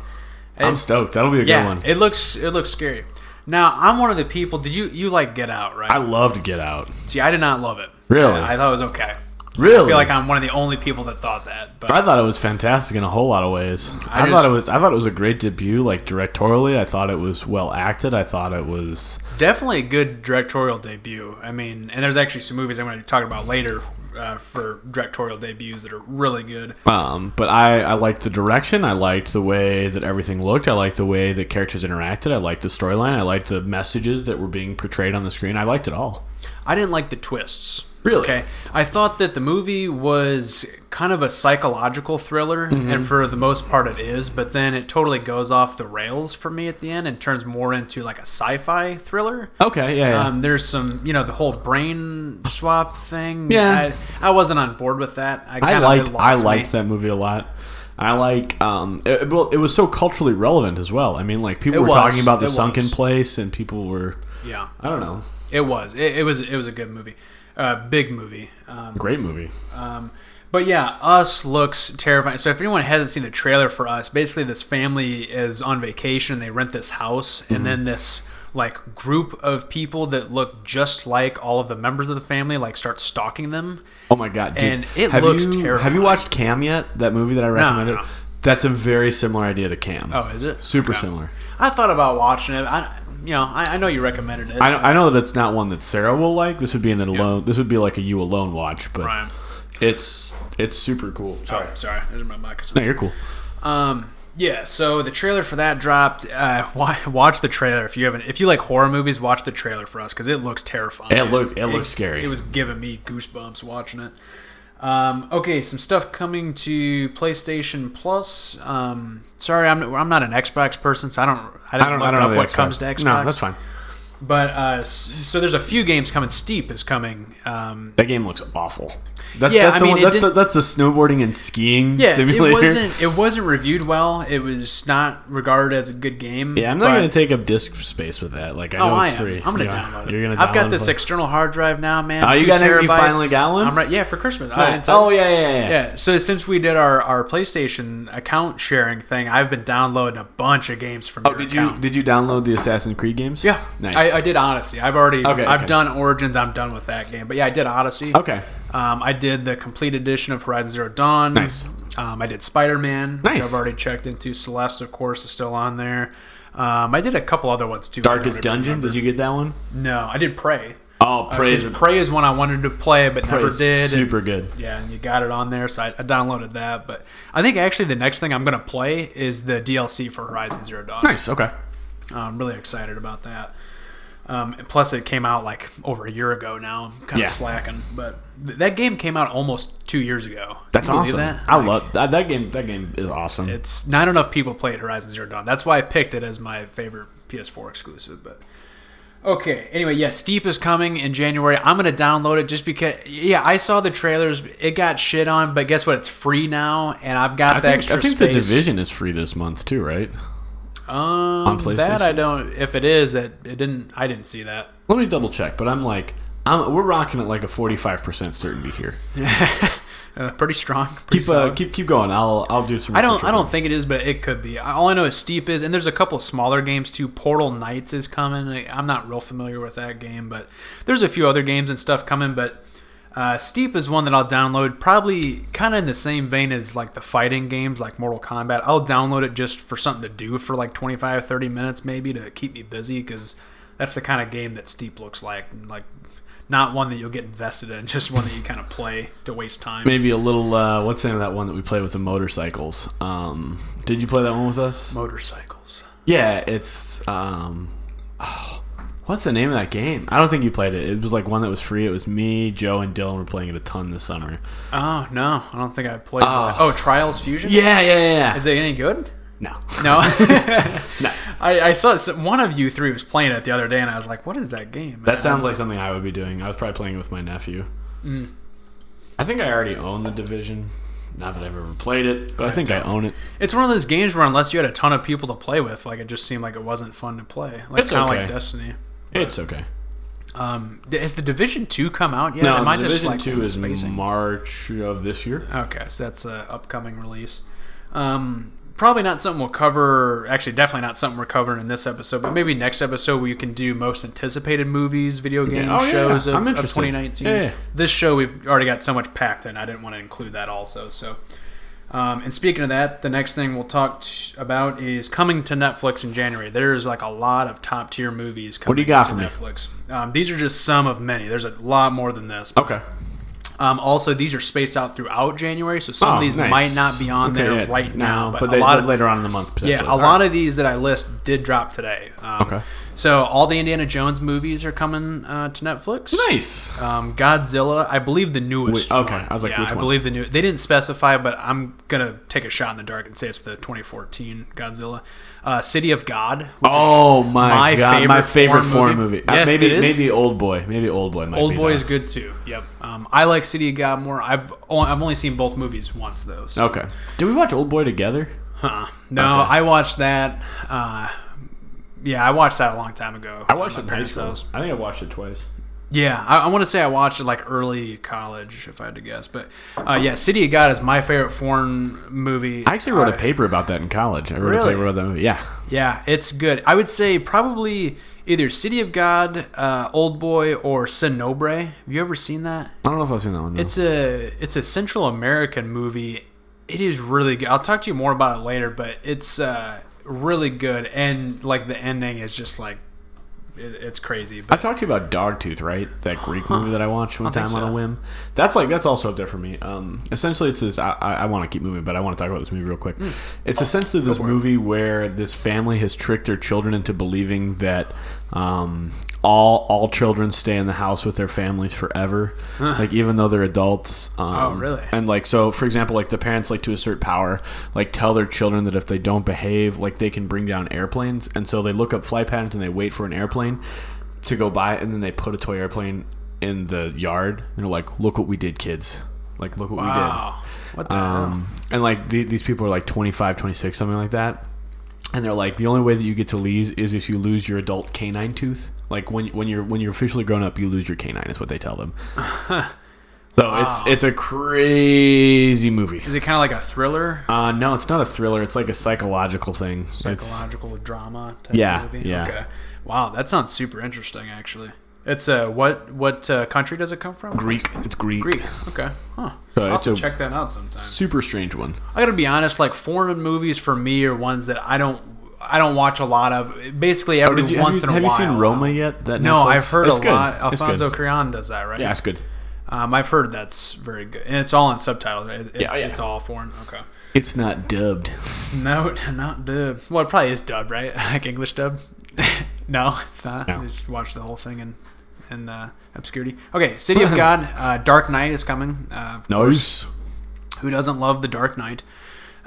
S1: I'm
S2: It-
S1: stoked. That'll be a
S2: yeah,
S1: good one.
S2: it looks it looks scary. Now I'm one of the people. Did you you like Get Out? Right?
S1: I loved Get Out.
S2: See, I did not love it.
S1: Really?
S2: Yeah, I thought it was okay.
S1: Really?
S2: I feel like I'm one of the only people that thought that. But
S1: I thought it was fantastic in a whole lot of ways. I,
S2: I
S1: thought
S2: just-
S1: it was. I thought it was a great debut, like directorially. I thought it was well acted. I thought it was.
S2: Definitely a good directorial debut. I mean, and there's actually some movies I'm going to be talking about later uh, for directorial debuts that are really good.
S1: Um, but I, I liked the direction. I liked the way that everything looked. I liked the way that characters interacted. I liked the storyline. I liked the messages that were being portrayed on the screen. I liked it all.
S2: I didn't like the twists.
S1: Really?
S2: Okay. I thought that the movie was kind of a psychological thriller,
S1: Mm-hmm.
S2: and for the most part it is, but then it totally goes off the rails for me at the end and turns more into like a sci fi thriller.
S1: Okay. Yeah. yeah.
S2: Um, there's some, you know, the whole brain swap thing.
S1: Yeah.
S2: I, I wasn't on board with that. I,
S1: I
S2: kinda- it
S1: liked I
S2: lost me.
S1: liked that movie a lot. I like um it, it- well it was so culturally relevant as well. I mean like people
S2: It
S1: were
S2: was.
S1: talking about the
S2: It
S1: sunken
S2: was.
S1: place and people were
S2: Yeah.
S1: I don't know.
S2: It was. It, it was. It was a good movie, uh, big movie. Um,
S1: Great movie.
S2: um, but yeah, Us looks terrifying. So if anyone hasn't seen the trailer for Us, basically this family is on vacation. They rent this house,
S1: Mm-hmm.
S2: and then this like group of people that look just like all of the members of the family like start stalking them.
S1: Oh my god, dude.
S2: And it
S1: have
S2: looks
S1: you, Have you
S2: terrifying.
S1: watched Cam yet? That movie that I recommended?
S2: no.
S1: That's a very similar idea to Cam.
S2: Oh, is it
S1: Super
S2: Okay.
S1: similar.
S2: I thought about watching it. I, you know, I, I know you recommended it.
S1: I, don't- I know that it's not one that Sarah will like. This would be an alone. This would be like a you alone watch, but
S2: Ryan.
S1: it's it's super cool. Sorry,
S2: Oh, sorry. Those are my moccasins.
S1: no, you're cool.
S2: Um, yeah, so the trailer for that dropped. Uh, wa- watch the trailer if you haven't. If you like horror movies, watch the trailer for us because it looks terrifying.
S1: It looked- it looked scary.
S2: It was giving me goosebumps watching it. Um, okay, some stuff coming to PlayStation Plus. Um, sorry, I'm, I'm not an Xbox person, so I don't I didn't
S1: I don't,
S2: look
S1: I don't
S2: up
S1: know the
S2: what
S1: Xbox.
S2: comes to Xbox.
S1: No, that's fine.
S2: But uh, s- so there's a few games coming. Steep is coming. Um,
S1: That game looks awful. That's,
S2: Yeah,
S1: that's
S2: I
S1: the
S2: mean,
S1: one,
S2: it
S1: that's, the,
S2: didn't-
S1: that's the snowboarding and skiing
S2: yeah,
S1: simulator.
S2: it wasn't it wasn't reviewed well. It was not regarded as a good game.
S1: yeah, I'm not
S2: but-
S1: going to take up disk space with that. Like, I know
S2: Oh, I
S1: it's
S2: am.
S1: free.
S2: I'm gonna
S1: You know,
S2: download it.
S1: You're gonna
S2: I've got
S1: download
S2: this
S1: it.
S2: external hard drive now, man.
S1: Oh, you
S2: Two
S1: got it?
S2: terabytes.
S1: You finally got one?
S2: I'm right. Yeah, for Christmas. I didn't tell-
S1: Oh yeah, yeah, yeah. yeah.
S2: yeah. So since we did our, our PlayStation account sharing thing, I've been downloading a bunch of games from.
S1: Oh,
S2: your
S1: did you
S2: account.
S1: did you download the Assassin's Creed games?
S2: Yeah.
S1: nice.
S2: I, I did Odyssey. I've already.
S1: Okay,
S2: I've
S1: okay.
S2: done Origins. I'm done with that game. But yeah, I did Odyssey.
S1: okay,
S2: Um, I did the complete edition of Horizon Zero Dawn.
S1: Nice.
S2: Um, I did Spider Man, which
S1: Nice.
S2: I've already checked into. Celeste, of course, is still on there. Um, I did a couple other ones too. I don't
S1: Darkest
S2: really
S1: Dungeon.
S2: remember.
S1: Did you get that one?
S2: No, I did Prey.
S1: Oh, praise,
S2: Praise, Prey is one I wanted to play but never
S1: praise,
S2: Uh, did. and-
S1: super good.
S2: yeah, and you got it on there, so I, I downloaded that. But I think actually the next thing I'm gonna play is the DLC for Horizon Zero Dawn. Uh,
S1: Nice. Okay.
S2: I'm really excited about that. Um, and plus, it came out like over a year ago now. I'm kind
S1: Yeah.
S2: of slacking, but th- that game came out almost two years ago.
S1: That's
S2: Can you
S1: awesome.
S2: believe that?
S1: I
S2: Like,
S1: love that, that game. That game is awesome.
S2: It's not enough people played Horizon Zero Dawn. That's why I picked it as my favorite PS4 exclusive. But okay, anyway, yeah, Steep is coming in January. I'm gonna download it just because. Yeah, I saw the trailers. It got shit on, but guess what? It's free now, and I've got
S1: I
S2: the
S1: think,
S2: extra
S1: I think
S2: space.
S1: the division is free this month too, right?
S2: um,
S1: PlayStation.
S2: That I don't. If it is, that it didn't. I didn't see that.
S1: Let me double check. But I'm like, I'm, we're rocking at like a 45 percent certainty here.
S2: Uh, pretty strong. Pretty
S1: Keep
S2: solid.
S1: uh, keep keep going. I'll I'll do some.
S2: I don't.
S1: research
S2: I
S1: on
S2: don't think it is, but it could be. I- All I know is Steep is, and there's a couple smaller games too. Portal Knights is coming. I- I'm not real familiar with that game, but there's a few other games and stuff coming. But uh, Steep is one that I'll download, probably kind of in the same vein as like the fighting games, like Mortal Kombat. I'll download it just for something to do for like 25, 30 minutes, maybe to keep me busy, because that's the kind of game that Steep looks like, like not one that you'll get invested in, just one that you kind of play to waste time.
S1: Maybe a little. Uh, what's the name of that one that we play with the motorcycles? Um, did you play that one with us?
S2: Motorcycles.
S1: Yeah, it's. Um, oh, what's the name of that game? I don't think you played it. It was like one that was free. It was me, Joe, and Dylan were playing it a ton this summer.
S2: Oh no, I don't think I played. that. Oh, Trials Fusion.
S1: Yeah, yeah, yeah. yeah.
S2: is it any good?
S1: No,
S2: No.
S1: no.
S2: I, I saw some, one of you three was playing it the other day, and I was like, "What is that game?"
S1: That sounds like something I would be doing. I was probably playing it with my nephew.
S2: Mm.
S1: I think I already own the division. Not that I've ever played it, but I think I own it.
S2: it's one of those games where unless you had a ton of people to play with, like it just seemed like it wasn't fun to play. Like
S1: It's
S2: kind of
S1: okay.
S2: like Destiny.
S1: It's okay.
S2: Um, d- has the Division Two come out yet?
S1: No,
S2: Am I just,
S1: Division
S2: like,
S1: Two is
S2: spacing?
S1: March of this year.
S2: Okay, so that's a upcoming release. Um, probably not something we'll cover. Actually, definitely not something we're covering in this episode. But maybe next episode we can do most anticipated movies, video games,
S1: Oh, yeah,
S2: shows
S1: I'm
S2: of, of
S1: interested.
S2: 2019.
S1: Yeah, yeah.
S2: This show we've already got so much packed in. I didn't want to include that also. So. Um, and speaking of that, the next thing we'll talk t- about is coming to Netflix in January. There is like a lot of top tier movies coming
S1: do you got
S2: to
S1: for me?
S2: Netflix. Um, these are just some of many. There's a lot more than this. but
S1: Okay.
S2: um, also, these are spaced out throughout January, so some
S1: Oh,
S2: of these
S1: nice.
S2: might not be on
S1: Okay,
S2: there
S1: yeah,
S2: right now. But,
S1: they,
S2: a lot of
S1: later on in the month.
S2: yeah,
S1: potentially.
S2: a lot of these that I list did drop today. Um,
S1: Okay.
S2: So all the Indiana Jones movies are coming uh, to Netflix.
S1: nice.
S2: Um, Godzilla, I believe the newest.
S1: Wait, okay,
S2: one.
S1: I was like,
S2: yeah,
S1: which
S2: I
S1: one?
S2: believe the new. They didn't specify, but I'm gonna take a shot in the dark and say it's the 2014 Godzilla, uh, City of God. Which
S1: Oh my,
S2: my
S1: god, my
S2: favorite
S1: favorite
S2: foreign
S1: foreign
S2: movie.
S1: movie. Uh,
S2: Yes,
S1: maybe
S2: it is.
S1: maybe Old Boy. Maybe Old Boy might
S2: Old
S1: be
S2: Boy
S1: that.
S2: is good too. Yep. Um, I like City of God more. I've only, I've only seen both movies once though. So.
S1: Okay. Did we watch Old Boy together?
S2: Huh. No, I watched that. Uh, yeah, I watched that a long time ago.
S1: I watched
S2: at
S1: it
S2: my
S1: in high
S2: parents'
S1: school.
S2: house.
S1: I think I watched it twice.
S2: Yeah, I, I want to say I watched it like early college, if I had to guess. But uh, yeah, City of God is my favorite foreign movie.
S1: I actually wrote
S2: Uh,
S1: a paper about that in college. I wrote
S2: Really?
S1: a paper about that movie. Yeah.
S2: Yeah, it's good. I would say probably either City of God, uh, Old Boy, or Sin Nobre. Have you ever seen that?
S1: I don't know if I've seen that one. no.
S2: It's a it's a Central American movie. It is really good. I'll talk to you more about it later, but it's uh, really good. And like the ending is just like it, it's crazy. But
S1: I've talked to you about Dogtooth, right? That Greek movie that I watched one
S2: think
S1: time on
S2: so.
S1: a whim. That's like that's also up there for me. Um, essentially, it's this. I, I, I want to keep moving, but I want to talk about this movie real
S2: Hmm.
S1: quick.
S2: Oh,
S1: It's essentially this movie where this family has tricked their children into believing that um, all all children stay in the house with their families forever, like even though they're adults. Um,
S2: Oh, really?
S1: and like so for example like the parents like to assert power like tell their children that if they don't behave like they can bring down airplanes and so they look up flight patterns and they wait for an airplane to go by and then they put a toy airplane in the yard and they're like look what we did kids like look what we did
S2: wow, what the hell?
S1: um, and like the, these people are like 25 26 something like that and they're like the only way that you get to leave is if you lose your adult canine tooth like when, when you're when you're officially grown up you lose your canine is what they tell them so it's it's a crazy movie
S2: Is it kind of like a thriller,
S1: uh, no it's not a thriller it's like a psychological thing it's,
S2: psychological drama type
S1: Yeah,
S2: movie?
S1: yeah.
S2: Okay. Wow, that sounds super interesting. Actually, it's uh, what what uh, country does it come from?
S1: greek it's greek,
S2: Greek. Okay. Huh.
S1: So
S2: I'll have
S1: Uh, it's
S2: to
S1: a-
S2: check that out sometime.
S1: super strange one
S2: I gotta be honest. Like foreign movies for me are ones that I don't I don't watch a lot of. Basically, every
S1: Did you- have
S2: once
S1: you,
S2: in a
S1: have you
S2: while. um,
S1: seen roma yet that
S2: No,
S1: Netflix?
S2: I've heard
S1: It's
S2: a
S1: good.
S2: lot.
S1: It's good.
S2: Alfonso Cuarón does that, right?
S1: yeah it's good
S2: Um, I've heard that's very good, and it's all in subtitles. It, it's,
S1: Yeah, yeah.
S2: it's all foreign. Okay.
S1: it's not dubbed
S2: No, not dubbed. Well, it probably is dubbed, right? like English dub. No, it's not.
S1: No.
S2: Just watch the whole thing in in uh, obscurity. Okay, City of God, uh, Dark Knight is coming. Uh, of course.
S1: Nice.
S2: Who doesn't love The Dark Knight?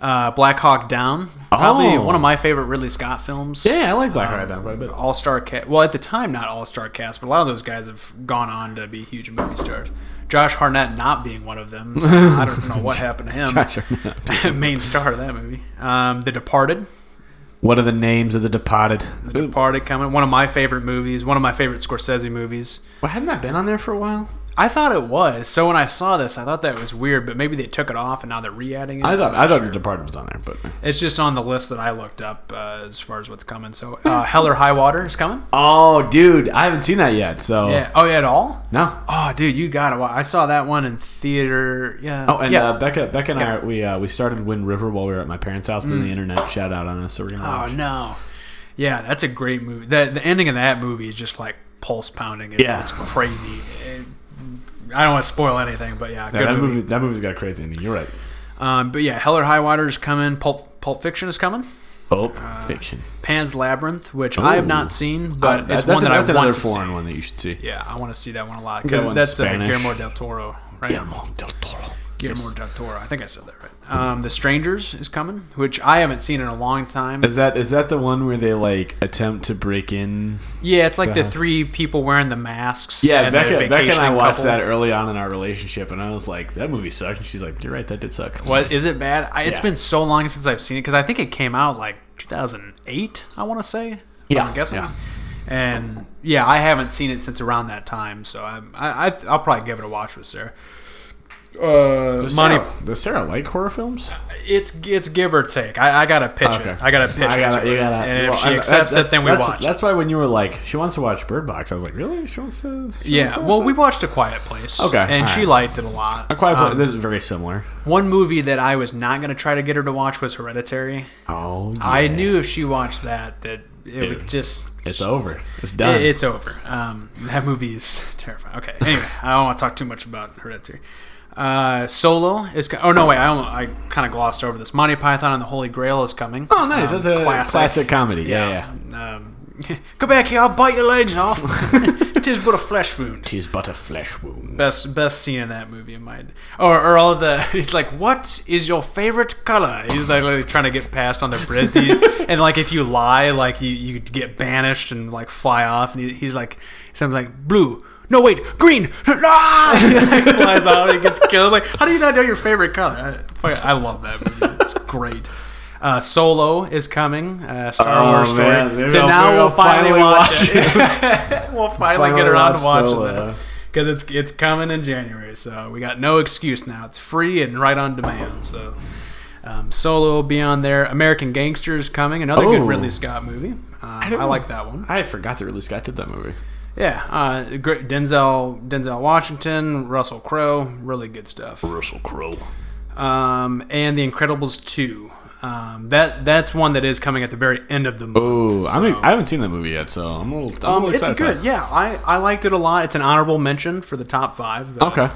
S2: Uh, Black Hawk Down, probably
S1: Oh.
S2: one of my favorite Ridley Scott films.
S1: Yeah, I like Black Hawk Down quite a bit.
S2: All star cast. Well, at the time, not all star cast, but a lot of those guys have gone on to be huge movie stars. Josh Harnett not being one of them. So I don't know what happened to him. Main star of that movie. Um, the Departed.
S1: What are the names of the departed?
S2: The Departed coming. One of my favorite movies. One of my favorite Scorsese movies.
S1: Well, hadn't that been on there for a while?
S2: I thought it was. So when I saw this, I thought that was weird, but maybe they took it off and now they're re-adding it.
S1: I
S2: I'm
S1: thought
S2: not
S1: I thought
S2: sure.
S1: the departed was on there, but
S2: it's just on the list that I looked up uh, as far as what's coming. So uh, Hell or High Water is coming.
S1: oh, dude, I haven't seen that yet. So
S2: Yeah. Oh, yeah, at all?
S1: no.
S2: Oh, dude, you got it. I saw that one in theater. Yeah.
S1: Oh, and
S2: yeah.
S1: uh, Becca, Becca and
S2: Yeah.
S1: I, we uh, we started Wind River while we were at my parents' house, but then the internet shut out on us, so we're gonna.
S2: oh
S1: watch.
S2: no. Yeah, that's a great movie. The the ending of that movie is just like pulse pounding. It-
S1: Yeah.
S2: It's crazy. It- I don't want to spoil anything, but yeah,
S1: Yeah,
S2: good
S1: that
S2: movie.
S1: movie. That movie's got a crazy ending. You're right.
S2: Um, but yeah, Hell or High Water is coming. Pulp Pulp Fiction is coming.
S1: Pulp Fiction.
S2: Pan's Labyrinth, which I have
S1: Ooh.
S2: not seen, but
S1: Uh,
S2: it's
S1: that-
S2: one that
S1: that's
S2: I
S1: another
S2: want to see.
S1: foreign one that you should see.
S2: Yeah, I want to see that one a lot
S1: That
S2: because
S1: one's
S2: that's uh,
S1: Spanish.
S2: Guillermo del Toro, right?
S1: Guillermo del Toro.
S2: Guillermo del Toro. I think I said that right. Um, the Strangers is coming, which I haven't seen in a long time.
S1: Is that is that the one where they like attempt to break in?
S2: Yeah, it's like the
S1: God.
S2: three people wearing the masks.
S1: Yeah,
S2: and the
S1: Becca, Becca and I
S2: vacationing
S1: watched
S2: couple.
S1: that early on in our relationship, and I was like, "That movie sucked." And she's like, "You're right, that did suck."
S2: What is it bad? I, It's
S1: Yeah.
S2: been so long since I've seen it because I think it came out like 2008. I want to say. if
S1: Yeah,
S2: I'm guessing.
S1: yeah.
S2: And yeah, I haven't seen it since around that time, so I'm, I, I I'll probably give it a watch with Sarah. Uh,
S1: Does
S2: money.
S1: Sarah, does Sarah like horror films?
S2: It's it's give or take. I, I gotta pitch it. I gotta pitch
S1: I gotta-
S2: it. To
S1: you
S2: her.
S1: gotta-
S2: and if
S1: well,
S2: she
S1: I-
S2: accepts
S1: that-
S2: it, then we
S1: that's-
S2: watch. it.
S1: That's why when you were like, "She wants to watch Bird Box," I was like, "Really? She wants to?" she wants
S2: Yeah,
S1: to watch
S2: well,
S1: that?"
S2: we watched A Quiet Place.
S1: Okay,
S2: And
S1: all
S2: she
S1: right.
S2: liked it a lot.
S1: A Quiet Place.
S2: Um,
S1: this is very similar.
S2: One movie that I was not going to try to get her to watch was Hereditary.
S1: Oh,
S2: I
S1: yeah.
S2: knew if she watched that, that it
S1: Dude.
S2: would just.
S1: it's over. It's
S2: i-
S1: done.
S2: it's over. Um, that movie is terrifying. Okay, anyway, I don't want to talk too much about Hereditary. Uh, Solo is. co- Oh, no, wait, I, almo- I kind of glossed over this. Monty Python and the Holy Grail is coming.
S1: oh, nice.
S2: Um,
S1: that's a classic, comedy. Yeah, yeah.
S2: Um, go back here, I'll bite your legs off. Tis but a flesh wound.
S1: She's but a flesh wound.
S2: Best best scene in that movie in mind. Or, or all the he's like, What is your favorite color? He's like, like trying to get past on the Brisdy and like if you lie, like you, you get banished and like fly off and he, he's like something like blue. No wait, green. Ah! He like flies out and gets killed. Like, how do you not know your favorite color? I, fuck, I love that movie. It's great. Uh, Solo is coming. Uh, Star
S1: Oh,
S2: Wars
S1: man.
S2: story.
S1: Maybe
S2: So
S1: I'll-
S2: now
S1: maybe
S2: we'll
S1: I'll
S2: finally,
S1: finally
S2: watch,
S1: watch
S2: it. we'll finally,
S1: Finally
S2: get around
S1: watch
S2: to watching
S1: Solo.
S2: that because it's it's coming in January, so we got no excuse now. It's free and right on demand. So um, Solo will be on there. American Gangsters coming, another
S1: Oh.
S2: good Ridley Scott movie. Um, I,
S1: didn't-
S2: like that one.
S1: I forgot that Ridley Scott did that movie.
S2: Yeah, uh, great Denzel Denzel Washington, Russell Crowe, really good stuff.
S1: Russell Crowe.
S2: Um, and The Incredibles two. Um, that that's one that is coming at the very end of the month.
S1: Oh, I
S2: so-
S1: haven't I haven't seen that movie yet, so I'm a little. I'm a
S2: Um,
S1: little
S2: it's
S1: excited for
S2: good. Yeah, I, I liked it a lot. It's an honorable mention for the top five.
S1: that. Okay.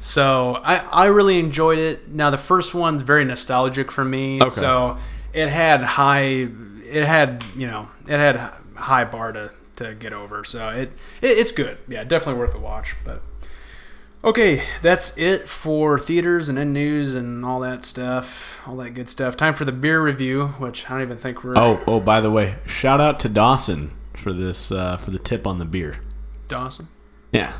S2: So I, I really enjoyed it. Now the first one's very nostalgic for me.
S1: Okay.
S2: So it had high, it had you know, it had high bar to, to get over. So it, it it's good. Yeah, definitely worth a watch. But okay, that's it for theaters and end news and all that stuff, all that good stuff. Time for the beer review, which I don't even think we're
S1: Oh, oh, by the way, shout out to Dawson for this uh, for the tip on the beer.
S2: Dawson.
S1: Yeah.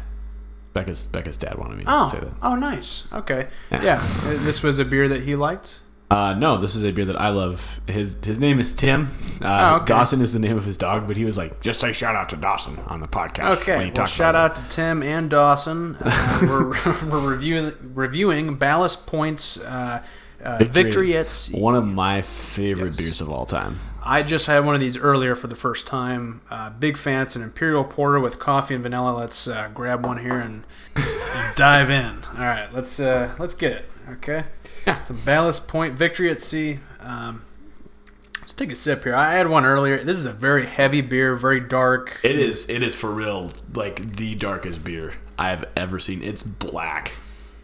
S1: Becca's Becca's dad wanted me
S2: Oh,
S1: to say that.
S2: oh, nice. Okay,
S1: Yeah.
S2: yeah, this was a beer that he liked.
S1: Uh, no, this is a beer that I love. His his name is Tim. Uh,
S2: Oh, okay.
S1: Dawson is the name of his dog, but he was like, just say shout out to Dawson on the podcast.
S2: Okay,
S1: when you
S2: well,
S1: talk
S2: shout
S1: about
S2: out to Tim and Dawson. Uh, we're we're reviewing reviewing Ballast Point's uh, uh, victory. at
S1: it.
S2: Sea.
S1: One of my favorite
S2: Yes.
S1: beers of all time.
S2: I just had one of these earlier for the first time. Uh, big fan. It's an imperial porter with coffee and vanilla. Let's uh, grab one here and, and dive in. All right, let's uh, let's get it. Okay.
S1: Yeah.
S2: So Ballast Point victory at sea. Um, let's take a sip here. I had one earlier. This is a very heavy beer, very dark.
S1: It is it is for real like the darkest beer I've ever seen. It's black.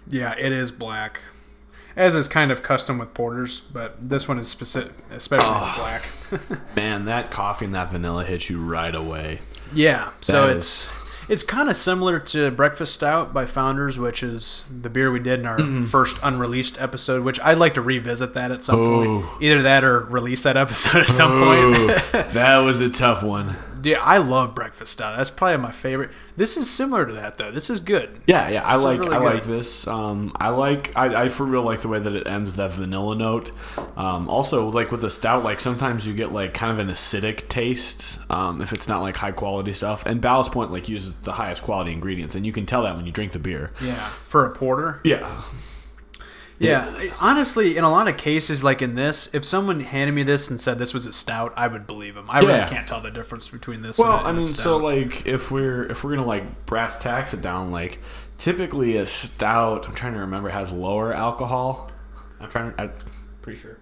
S2: Yeah, it is black. as is kind of custom with porters, but this one is specific, especially black.
S1: Man, that coffee and that vanilla hits you right away.
S2: Yeah, so
S1: That
S2: it's it's kind of similar to Breakfast Stout by Founders, which is the beer we did in our first unreleased episode. Which I'd like to revisit that at some
S1: Ooh.
S2: point, either that or release that episode at some
S1: Ooh,
S2: point.
S1: that was a tough one.
S2: Yeah, I love Breakfast Stout. That's probably my favorite. This is similar to that though. This is good.
S1: Yeah, yeah, I
S2: is
S1: like
S2: really
S1: I
S2: good.
S1: like this. Um, I like I, I for real like the way that it ends with that vanilla note. Um, also, like with the stout, like sometimes you get like kind of an acidic taste um, if it's not like high quality stuff. And Ballast Point like uses the highest quality ingredients, and you can tell that when you drink the beer.
S2: Yeah, for a porter.
S1: Yeah,
S2: Yeah. honestly, in a lot of cases, like in this, if someone handed me this and said this was a stout, I would believe them. I
S1: Yeah.
S2: really can't tell the difference between this.
S1: Well,
S2: and a,
S1: I
S2: and a
S1: mean,
S2: stout.
S1: so like if we're if we're gonna like brass tax it down, like typically a stout. I'm trying to remember has lower alcohol. I'm trying. to... I'm pretty sure.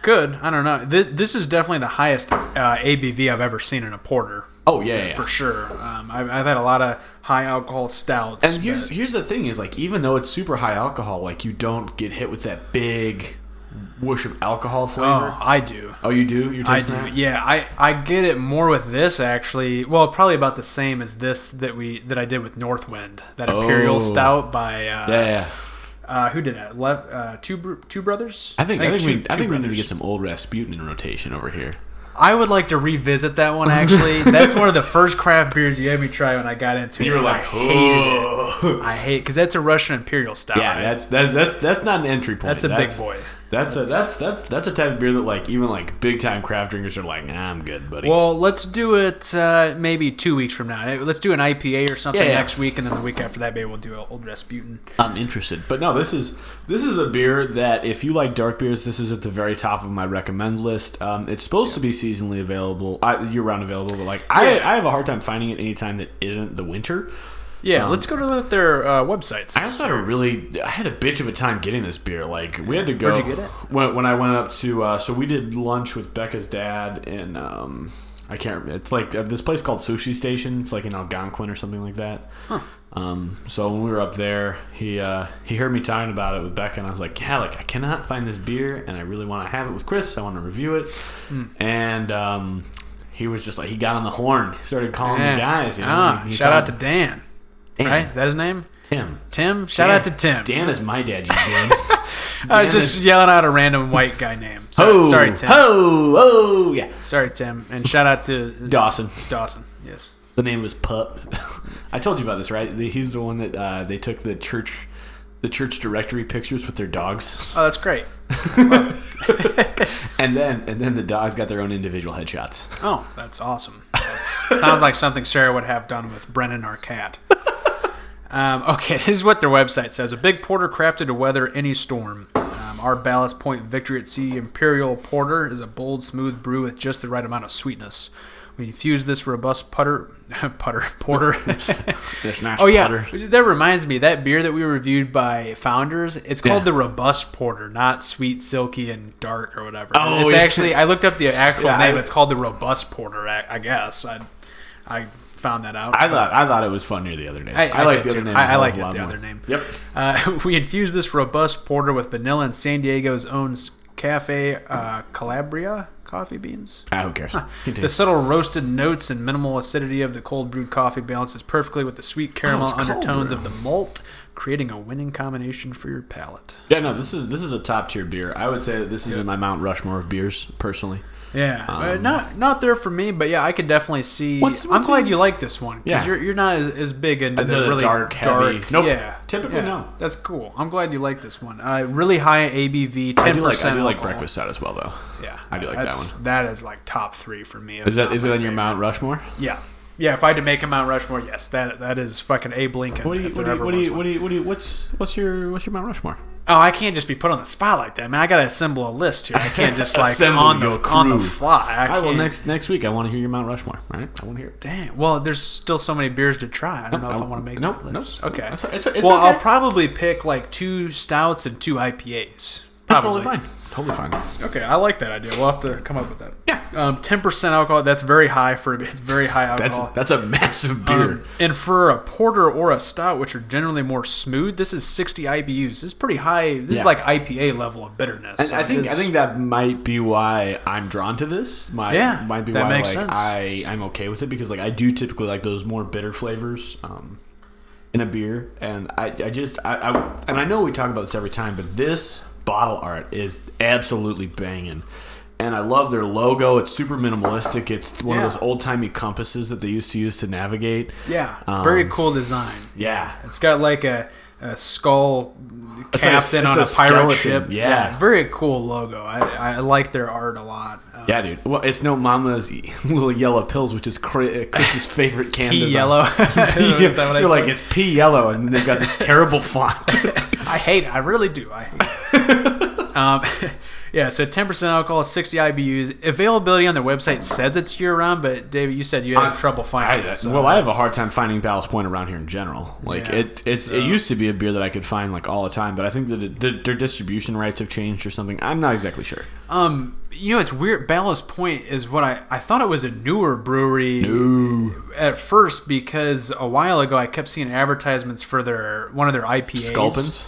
S2: Good. I don't know. This, this is definitely the highest uh, ABV I've ever seen in a porter,
S1: Oh yeah, yeah, yeah.
S2: for sure. Um, I've, I've had a lot of high alcohol stouts.
S1: And here's here's the thing is like even though it's super high alcohol, like you don't get hit with that big whoosh of alcohol
S2: but-
S1: flavor.
S2: oh, I do.
S1: Oh, you do. You're
S2: I
S1: tasting
S2: do.
S1: that?
S2: Yeah, I, I get it more with this actually. Well, probably about the same as this that we that I did with Northwind, that
S1: Oh.
S2: Imperial Stout by uh,
S1: Yeah, yeah.
S2: uh, who did that? Le- uh, two Br- two brothers.
S1: I think I think,
S2: Two-
S1: we, I
S2: Two
S1: think we need to
S2: Brothers.
S1: get some old Rasputin in rotation over here.
S2: I would like to revisit that one actually. That's one of the first craft beers you had me try when I got into it. and I hated it. I hate because that's a Russian Imperial Stout.
S1: Yeah,
S2: right?
S1: that's that, that's that's not an entry point.
S2: That's a big boy.
S1: That's, a that's that's that's a type of beer that like even like big time craft drinkers are like, nah, I'm good, buddy.
S2: Well, let's do it uh, maybe two weeks from now. Let's do an IPA or something
S1: Yeah, yeah.
S2: next week, and then the week after that, maybe we'll do an Old Rasputin.
S1: I'm interested, but no, this is this is a beer that if you like dark beers, this is at the very top of my recommend list. Um, it's supposed to be seasonally available, uh, year round available, but like
S2: Yeah.
S1: I, I have a hard time finding it anytime that isn't the winter.
S2: Yeah, let's go to their uh, websites.
S1: I also had a really, I had a bitch of a time getting this beer. Like we had to go.
S2: Where'd you get it?
S1: When, when I went up to, uh, so we did lunch with Becca's dad and um, I can't. remember. It's like uh, this place called Sushi Station. It's like in Algonquin or something like that. Um, so when we were up there, he uh, he heard me talking about it with Becca, and I was like, yeah, like I cannot find this beer, and I really want to have it with Chris. I want to review it,
S2: Hmm.
S1: and. Um, he was just like he got on the horn. He started calling
S2: Yeah.
S1: the guys. You know,
S2: Ah,
S1: he- he
S2: shout out to
S1: found-
S2: Dan,
S1: Dan,
S2: Right? Is that his name?
S1: Tim.
S2: Tim. Shout out to Tim.
S1: Dan is my dad, you Dan.
S2: I
S1: Dan
S2: was just
S1: is-
S2: yelling out a random white guy name. Sorry,
S1: Ho,
S2: sorry Tim.
S1: Ho, oh, yeah.
S2: Sorry, Tim. And shout out to
S1: Dawson.
S2: Dawson. Yes.
S1: The name was Pup. I told you about this, right? He's the one that uh, they took the church, the church directory pictures with their dogs,
S2: Oh, that's great.
S1: and then and then the dogs got their own individual headshots.
S2: Oh, that's awesome. That's, sounds like something Sarah would have done with Brennan, our cat. Um, okay, this is what their website says. A big porter crafted to weather any storm. Um, our Ballast Point Victory at Sea Imperial Porter is a bold, smooth brew with just the right amount of sweetness. We infuse this robust putter, putter, porter.
S1: This nice
S2: Oh yeah,
S1: putter.
S2: that reminds me. That beer that we reviewed by Founders, it's called
S1: Yeah.
S2: the Robust Porter, not Sweet Silky and Dark or whatever.
S1: Oh,
S2: it's
S1: yeah.
S2: actually I looked up the actual
S1: Yeah, I-
S2: name. it's called the Robust Porter. I, I guess I, I found that out.
S1: I thought I thought it was funnier the other day.
S2: I- I
S1: like
S2: did
S1: the other
S2: too.
S1: name.
S2: I-
S1: a
S2: I
S1: hell
S2: like
S1: of a
S2: it,
S1: lot
S2: the
S1: more.
S2: other name.
S1: Yep.
S2: Uh, we infuse this robust porter with vanilla and San Diego's own s- Cafe uh, Calabria coffee beans.
S1: Ah, who cares? Continue.
S2: The subtle roasted notes and minimal acidity of the cold brewed coffee balances perfectly with the sweet caramel
S1: it's cold
S2: undertones
S1: brew.
S2: of the malt, creating a winning combination for your palate.
S1: yeah, no, this is this is a top tier beer. I would say that this is in my Mount Rushmore of beers, personally.
S2: Yeah, uh, not not there for me, but yeah, I could definitely see.
S1: What's-
S2: I'm
S1: what's
S2: glad
S1: in-
S2: you like this one. 'cause
S1: Yeah.
S2: you're, you're not as, as big into
S1: Into
S2: the,
S1: the
S2: really
S1: dark,
S2: dark,
S1: heavy- Nope.
S2: Yeah,
S1: Typically,
S2: yeah.
S1: no.
S2: That's cool. I'm glad you like this one. Uh, really high ABV, ten
S1: I do like I
S2: percent.
S1: do like breakfast stout as well though.
S2: Yeah,
S1: I do like that
S2: That's- That is like top three for me. if
S1: Is that
S2: not
S1: is it
S2: my
S1: on your
S2: favorite.
S1: Mount Rushmore?
S2: Yeah. Yeah, if I had to make a Mount Rushmore, yes, that that is fucking Abe Lincoln.
S1: What do you
S2: if
S1: what do
S2: there
S1: you
S2: ever
S1: what do
S2: was
S1: you,
S2: one.
S1: what do you what do you what's what's your what's your Mount Rushmore?
S2: Oh, I can't just be put on the spot like that, man. I gotta assemble a list here. I can't just like
S1: Assemble
S2: on the
S1: your
S2: on the
S1: crew.
S2: fly. I
S1: All right,
S2: can't.
S1: well next next week I want to hear your Mount Rushmore. All right, I want to hear it.
S2: Dang. Well, there's still so many beers to try. I don't know if I,
S1: I-
S2: want to make
S1: nope,
S2: that list.
S1: nope.
S2: Okay.
S1: It's- it's- it's
S2: well,
S1: okay.
S2: I'll probably pick like two stouts and two IPAs.
S1: Oh, totally
S2: Probably.
S1: fine. Totally fine.
S2: Okay, I like that idea. We'll have to come up with that.
S1: Yeah.
S2: Um, 10% alcohol, that's very high for a It's very high
S1: That's
S2: alcohol.
S1: that's a massive beer.
S2: Um, and for a porter or a stout, which are generally more smooth, this is 60 IBUs. This is pretty high. This
S1: Yeah.
S2: is like IPA level of bitterness.
S1: And I
S2: So
S1: think I
S2: it's-
S1: think that might be why I'm drawn to this. My
S2: Yeah,
S1: might be
S2: that
S1: why
S2: makes
S1: like
S2: sense.
S1: I I'm okay with it because like I do typically like those more bitter flavors um, in a beer, and I I just I, I and I know we talk about this every time, but this bottle art is absolutely banging. And I love their logo. It's super minimalistic. It's one
S2: Yeah.
S1: of those old timey compasses that they used to use to navigate.
S2: yeah,
S1: Um,
S2: very cool design.
S1: Yeah.
S2: It's got like a, a skull captain
S1: it's
S2: on
S1: a
S2: a, pirate
S1: skeleton,
S2: ship.
S1: yeah.
S2: very cool logo. I, I like their art a lot. Um,
S1: Yeah, dude. Well, it's no mama's little yellow pills, which is Chri- uh, Chris's favorite can.
S2: Pea
S1: design.
S2: yellow. Is that what I
S1: You're like
S2: said?
S1: it's pea yellow, and they've got this terrible font.
S2: I hate it. I really do. I hate it. um, yeah, so 10% alcohol, 60 IBUs. Availability on their website says it's year round, but David, you said you had trouble finding it. So.
S1: well, I have a hard time finding Ballast Point around here in general. Like
S2: Yeah,
S1: it, it,
S2: so-
S1: it used to be a beer that I could find like all the time, but I think that it, the, their distribution rights have changed or something. I'm not exactly sure.
S2: um, you know, it's weird. Ballast Point is what I, I thought it was a newer brewery at first because a while ago I kept seeing advertisements for their one of their IPAs.
S1: Sculpins.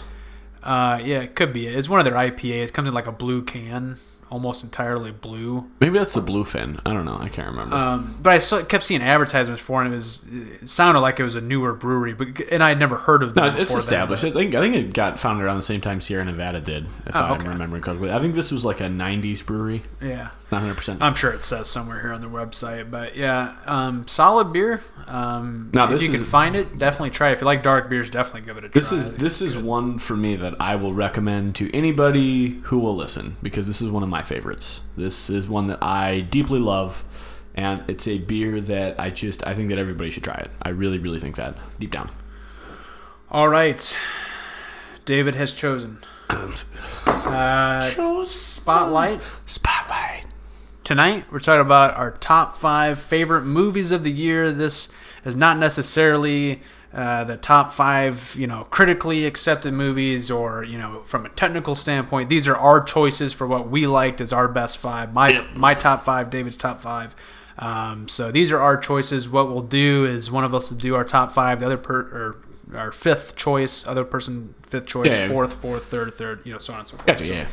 S2: Uh, yeah, it could be. It's one of their IPAs. It comes in like a blue can, almost entirely blue.
S1: Maybe that's the bluefin. I don't know. I can't remember.
S2: Um, but I saw, kept seeing advertisements for it. And it was it sounded like it was a newer brewery, but and I had never heard of them.
S1: no, it's
S2: before then,
S1: established. I think I think it got founded around the same time Sierra Nevada did, if
S2: Oh,
S1: I'm
S2: okay.
S1: remembering correctly. I think this was like a '90s brewery.
S2: but yeah,
S1: Not 100. percent
S2: I'm sure it says somewhere here on their website. But yeah, um, solid beer. Um,
S1: No,
S2: if
S1: this
S2: you can
S1: is-
S2: find it, definitely try. it. If you like dark beers, definitely give it a try.
S1: This is this is one for me that I will recommend to anybody who will listen because this is one of my favorites. This is one that I deeply love, and it's a beer that I just I think that everybody should try it. I really really think that deep down.
S2: all right. David has chosen. Uh, spotlight.
S1: Spotlight.
S2: Tonight, we're talking about our top five favorite movies of the year. This is not necessarily uh, the top five, you know, critically accepted movies or, you know, from a technical standpoint. These are our choices for what we liked as our best five. My, my top five, David's top five. Um, so these are our choices. What we'll do is one of us will do our top five, the other per or our fifth choice, other person fifth choice,
S1: Yeah, yeah.
S2: fourth, fourth, third, third, you know, so on and so forth.
S1: Gotcha.
S2: So-
S1: Yeah.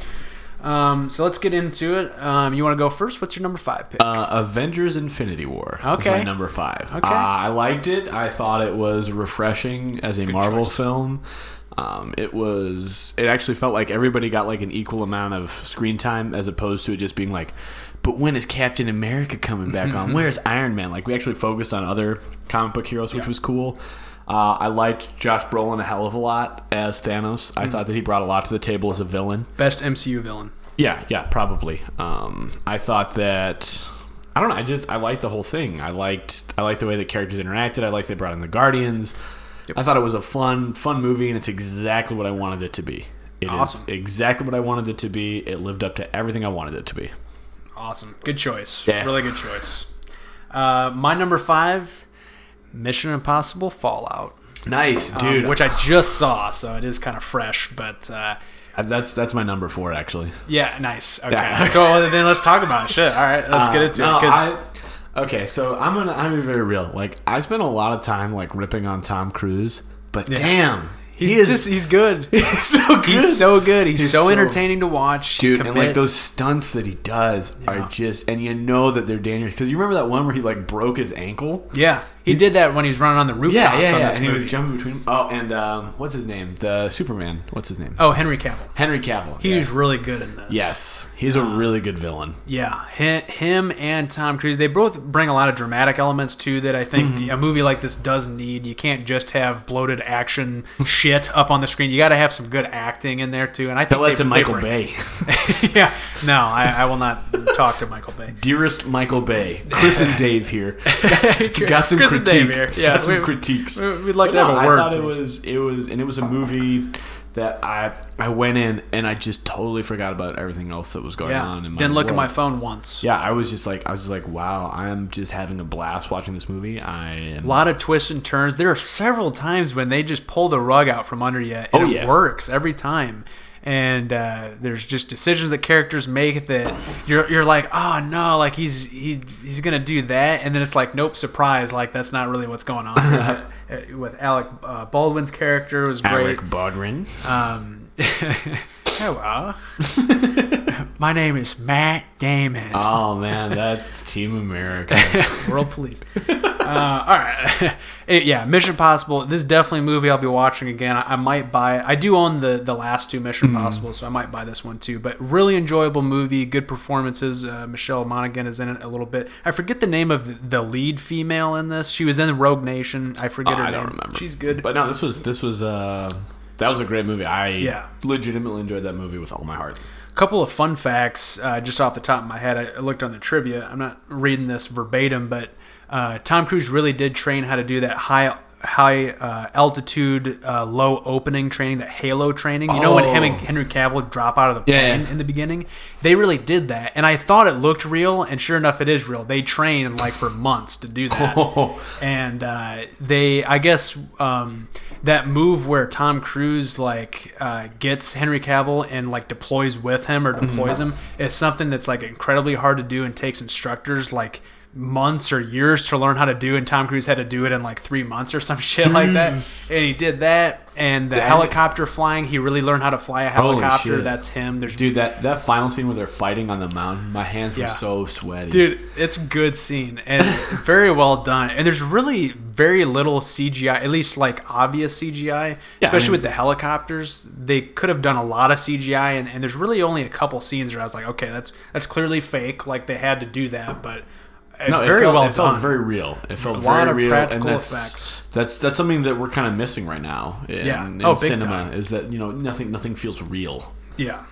S2: um, so let's get into it. Um, you want to go first? What's your number five pick?
S1: Uh, Avengers: Infinity War. was
S2: Okay.
S1: my number five.
S2: Okay.
S1: Uh, I liked it. I thought it was refreshing as a Marvel
S2: choice.
S1: film. Um, it was. It actually felt like everybody got like an equal amount of screen time, as opposed to it just being like, "But when is Captain America coming back on? Where's Iron Man?" Like we actually focused on other comic book heroes, which was cool. Uh, I liked Josh Brolin a hell of a lot as Thanos.
S2: Mm-hmm.
S1: I thought that he brought a lot to the table as a villain.
S2: Best MCU villain.
S1: Yeah, yeah, probably. Um, I thought that I don't know. I just I liked the whole thing. I liked I liked the way the characters interacted. I liked they brought in the Guardians. I thought it was a fun fun movie, and it's exactly what I wanted it to be. It is
S2: Awesome.
S1: exactly what I wanted it to be. It lived up to everything I wanted it to be.
S2: Awesome. Good choice.
S1: Yeah.
S2: Really good choice. Uh, my number five, Mission Impossible Fallout,
S1: Nice,
S2: um,
S1: dude.
S2: which I just saw, so it is kind of fresh. But uh,
S1: that's that's my number four actually.
S2: yeah, nice. Okay.
S1: Yeah.
S2: so well, then let's talk about it. Shit. All right, let's get
S1: Uh,
S2: into
S1: no,
S2: it. 'cause-
S1: I- okay, so I'm gonna I'm gonna be very real. Like I spent a lot of time like ripping on Tom Cruise, but damn,
S2: he's
S1: he is
S2: just he's good.
S1: he's so good.
S2: He's so good. He's,
S1: He's
S2: so,
S1: so-
S2: entertaining to watch.
S1: dude, and like
S2: commits.
S1: those stunts that he does
S2: Yeah.
S1: are just, and you know that they're dangerous because you remember that one where he like broke his ankle.
S2: Yeah, he did that when he was running on the rooftops on this
S1: And he
S2: movie.
S1: was jumping between. Oh, and um, what's his name? The Superman. What's his name?
S2: oh, Henry Cavill.
S1: Henry Cavill.
S2: He
S1: yeah.
S2: was really good in this.
S1: Yes, he's a really good villain.
S2: Yeah, him, him and Tom Cruise, they both bring a lot of dramatic elements too that I think
S1: Mm-hmm.
S2: a movie like this does need. You can't just have bloated action shit up on the screen. You got to have some good acting in there too. And I think
S1: Tell that
S2: they-
S1: to Michael
S2: they bring-
S1: Bay.
S2: yeah, no, I, I will not talk to Michael Bay.
S1: Dearest Michael Bay, Chris and Dave here. Got some
S2: Chris and
S1: critique.
S2: Dave here. Yeah,
S1: Got some
S2: we-
S1: critiques.
S2: we- we'd like
S1: But
S2: to have a
S1: I
S2: word,
S1: thought it
S2: please.
S1: was it was and it was a movie that I I went in and I just totally forgot about everything else that was going
S2: Yeah,
S1: on. In my
S2: didn't look at
S1: world.
S2: my phone once.
S1: Yeah, I was just like I was just like wow, I'm just having a blast watching this movie. I am.
S2: A lot of twists and turns. There are several times when they just pull the rug out from under you, and
S1: Oh,
S2: it
S1: yeah.
S2: works every time. and uh, there's just decisions that characters make that you're you're like, oh no, like he's he he's gonna do that, and then it's like, nope, surprise, like that's not really what's going on. Uh, With Alec uh, Baldwin's character was great.
S1: Alec Bodrin.
S2: Um, hello, my name is Matt Damon.
S1: Oh man, that's Team America.
S2: World Police. uh, all right, It- yeah, Mission Possible. This is definitely a movie I'll be watching again. I, I might buy it. I do own the the last two
S1: Mhm.
S2: Mission Possible, so I might buy this one too. But really enjoyable movie, good performances. Uh, Michelle Monaghan is in it a little bit. I forget the name of the lead female in this. She was in Rogue Nation. I forget
S1: Oh,
S2: her
S1: I
S2: name.
S1: don't remember.
S2: She's good.
S1: But no, this was this was uh that was a great movie. I
S2: Yeah.
S1: legitimately enjoyed that movie with all my heart.
S2: couple of fun facts uh, just off the top of my head. I I looked on the trivia. I'm not reading this verbatim, but uh, Tom Cruise really did train how to do that high high uh, altitude, uh, low opening training, that halo training. You know when him
S1: Oh.
S2: and Henry Cavill drop out of the
S1: Yeah,
S2: plane
S1: yeah.
S2: in the beginning? They really did that, and I thought it looked real, and sure enough, it is real. They trained like for months to do that
S1: Oh,
S2: and uh, they i guess um, that move where tom cruise like uh, gets henry cavill and like deploys with him or
S1: Mm-hmm.
S2: deploys him is something that's like incredibly hard to do and takes instructors like months or years to learn how to do and tom cruise had to do it in like three months or some shit like that and he did that and the helicopter flying he really learned how to fly a
S1: Holy
S2: helicopter
S1: shit.
S2: that's him there's
S1: dude, that that final scene where they're fighting on the mountain, my hands
S2: Yeah.
S1: were so sweaty.
S2: Dude, it's a good scene and very well done. And there's really very little CGI, at least like obvious CGI, especially
S1: mean-
S2: with the helicopters. They could have done a lot of CGI, and, and there's really only a couple scenes where I was like, okay, that's that's clearly fake. Like they had to do that, but uh,
S1: No,
S2: very
S1: it felt,
S2: well
S1: it felt
S2: done.
S1: very real. It felt
S2: A
S1: very
S2: lot of
S1: real,
S2: practical
S1: and that's,
S2: effects.
S1: That's that's something that we're kind of missing right now in,
S2: Yeah.
S1: in
S2: Oh, big
S1: cinema
S2: time.
S1: is that you know nothing nothing feels real.
S2: yeah,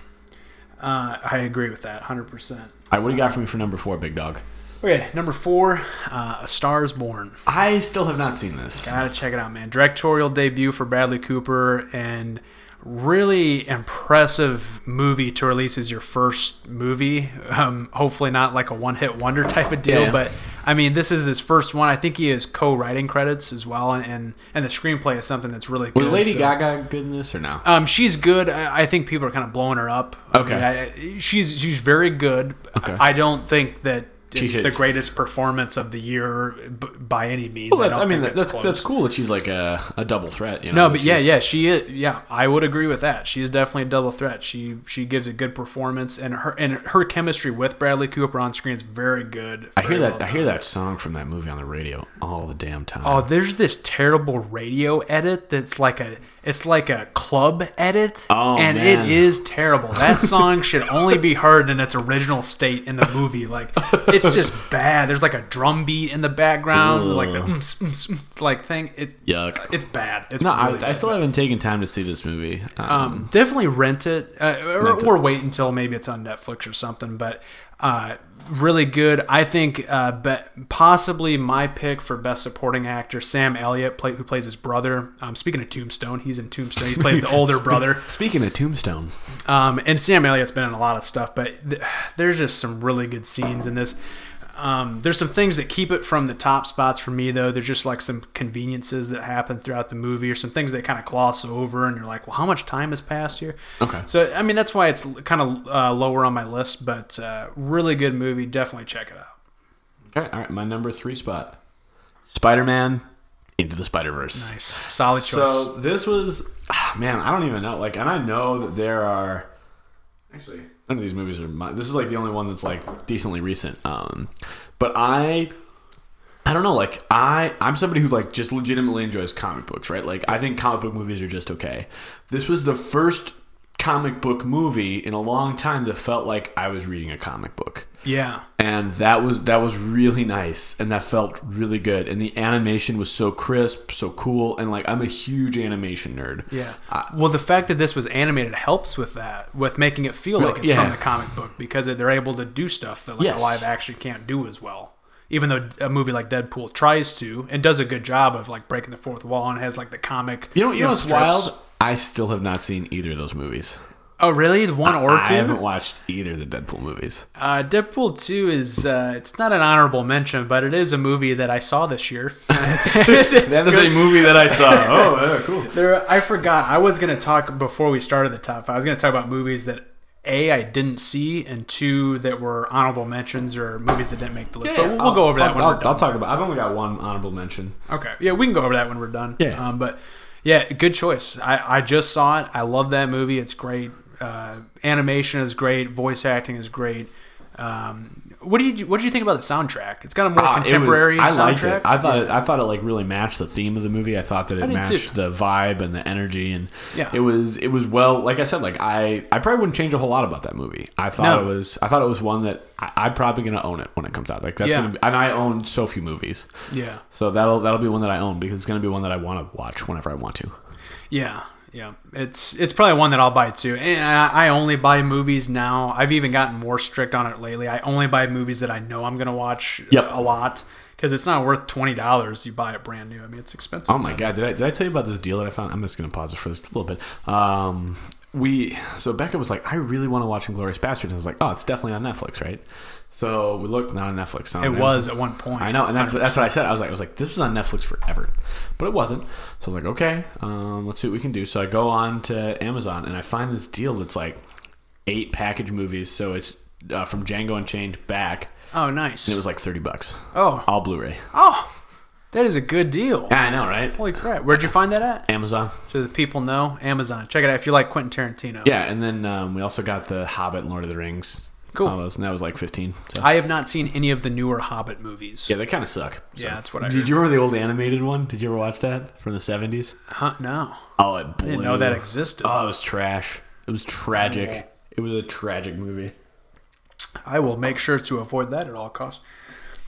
S2: uh, I agree with that 100. percent
S1: All right, what do you got for me for number four, Big Dog?
S2: Okay, number four, uh, A Star Is Born.
S1: I still have not seen this.
S2: Gotta check it out, man. Directorial debut for Bradley Cooper and really impressive movie to release as your first movie. Um, hopefully, not like a one hit wonder type of deal,
S1: Yeah.
S2: but I mean, this is his first one. I think he has co writing credits as well, and, and, and the screenplay is something that's really good.
S1: Was Lady
S2: so-
S1: Gaga good in this or no?
S2: um, she's good. I, I think people are kind of blowing her up. I
S1: Okay.
S2: mean, I- she's she's very good.
S1: Okay.
S2: I, I don't think that
S1: She
S2: it's
S1: hit-
S2: the greatest performance of the year b- by any means.
S1: Well, that's,
S2: don't
S1: I, mean,
S2: think it's
S1: that's
S2: close.
S1: that's cool that she's like a, a double threat. You know?
S2: No, but
S1: that
S2: yeah,
S1: she's-
S2: yeah, she is. Yeah, I would agree with that. She is definitely a double threat. She she gives a good performance, and her and her chemistry with Bradley Cooper on screen is very good.
S1: I hear
S2: very
S1: that.
S2: well
S1: I hear that song from that movie on the radio all the damn time.
S2: Oh, there's this terrible radio edit that's like a it's like a club edit,
S1: Oh,
S2: and
S1: man.
S2: it is terrible. That song should only be heard in its original state in the movie. Like it's just bad. There's like a drum beat in the background, like the mm,
S1: Ugh.
S2: oomph, oomph, oomph, like thing. It
S1: Yuck.
S2: It's bad. It's
S1: no, I,
S2: really
S1: I
S2: bad.
S1: still haven't taken time to see this movie. Um,
S2: Um, definitely rent it, uh, or,
S1: it.
S2: or wait until maybe it's on Netflix or something. But uh, really good. I think uh, be- possibly my pick for best supporting actor, Sam Elliott, play- who plays his brother. Um, speaking of Tombstone, he's in Tombstone. He plays the older brother.
S1: speaking of Tombstone,
S2: Um, and Sam Elliott's been in a lot of stuff, but th- there's just some really good scenes in this. Um, there's some things that keep it from the top spots for me, though. There's just like some conveniences that happen throughout the movie, or some things that kind of gloss over, and you're like, well, how much time has passed here?
S1: Okay.
S2: So, I mean, that's why it's kind of uh, lower on my list, but uh, really good movie. Definitely check it out.
S1: okay, all right, my number three spot, Spider-Man into the Spider-Verse.
S2: Nice. Solid choice.
S1: So this was, ah, man, I don't even know. Like, and I know that there are. Actually, none of these movies are. My, this is like the only one that's like decently recent. Um, but I, I don't know. Like, I, I'm somebody who like just legitimately enjoys comic books, right? Like, I think comic book movies are just okay. This was the first comic book movie in a long time that felt like I was reading a comic book
S2: yeah.
S1: and that was that was really nice and that felt really good and the animation was so crisp so cool and like i'm a huge animation nerd
S2: Yeah.
S1: I-
S2: well, the fact that this was animated helps with that, with making it feel like it's
S1: yeah.
S2: from the comic book because they're able to do stuff that like
S1: Yes.
S2: a live action can't do as well. Even though a movie like Deadpool tries to and does a good job of like breaking the fourth wall and has like the comic,
S1: you know you know what's
S2: strips.
S1: wild i still have not seen either of those movies
S2: Oh, really? The One or
S1: I haven't
S2: two?
S1: watched either of the Deadpool movies.
S2: Uh, Deadpool two is uh, it's not an honorable mention, but it is a movie that I saw this year. It's
S1: That is
S2: good.
S1: a movie that I saw. Oh, yeah, cool.
S2: There, I forgot. I was gonna talk before we started the top. five, I was gonna talk about movies that a I didn't see, and two that were honorable mentions or movies that didn't make the list. but we'll, we'll go over that
S1: I'll,
S2: when
S1: I'll,
S2: we're
S1: I'll
S2: done.
S1: talk about. I've only got one honorable mention.
S2: okay, yeah, we can go over that when we're done.
S1: Yeah.
S2: um, but yeah, good choice. I I just saw it. I love that movie. It's great. Uh, animation is great. Voice acting is great. Um, what do you what did you think about the soundtrack? It's got a more
S1: Ah, it was-
S2: contemporary soundtrack.
S1: I liked it. I thought it, I thought it like really matched the theme of the movie. I thought that it
S2: did
S1: matched
S2: too.
S1: the vibe and the energy, and
S2: Yeah.
S1: it was it was well. Like I said, like I I probably wouldn't change a whole lot about that movie. I thought
S2: No.
S1: it was I thought it was one that I, I'm probably gonna own it when it comes out. Like that's
S2: Yeah.
S1: gonna be, and I own so few movies,
S2: yeah.
S1: so that'll that'll be one that I own because it's gonna be one that I want to watch whenever I want to.
S2: Yeah, yeah. It's it's probably one that I'll buy too. And I, I only buy movies now. I've even gotten more strict on it lately. I only buy movies that I know I'm gonna watch
S1: Yep.
S2: a lot because it's not worth twenty dollars. You buy it brand new. I mean, it's expensive.
S1: Oh my god, did I, did I tell you about this deal that I found? I'm just gonna pause it for just a little bit. Um, we so Becca was like, I really want to watch Inglorious Bastards. I was like, Oh, it's definitely on Netflix, right? So we looked, not on Netflix. not
S2: it
S1: on
S2: was
S1: Amazon.
S2: at one point.
S1: I know, and that's, that's what I said. I was like, I was like, this is on Netflix forever, but it wasn't. So I was like, okay, um, let's see what we can do. So I go on to Amazon and I find this deal that's like eight package movies. So it's uh, from Django Unchained back.
S2: Oh, nice.
S1: It was like thirty bucks,
S2: oh,
S1: all Blu-ray.
S2: oh, that is a good deal.
S1: Yeah, I know, right?
S2: Holy crap! Where'd you find that at?
S1: Amazon.
S2: So the people know Amazon. Check it out if you like Quentin Tarantino.
S1: Yeah, and then um, we also got the Hobbit and Lord of the Rings.
S2: Cool.
S1: All those, and that was like 15. So.
S2: I have not seen any of the newer Hobbit movies.
S1: yeah, they kind of suck. So.
S2: Yeah, that's what I
S1: Did
S2: heard.
S1: you remember the old animated one? Did you ever watch that from the 70s?
S2: Huh? No,
S1: Oh, it blew.
S2: I didn't know that existed.
S1: Oh, it was trash. It was tragic. It was a tragic movie.
S2: I will make sure to avoid that at all costs.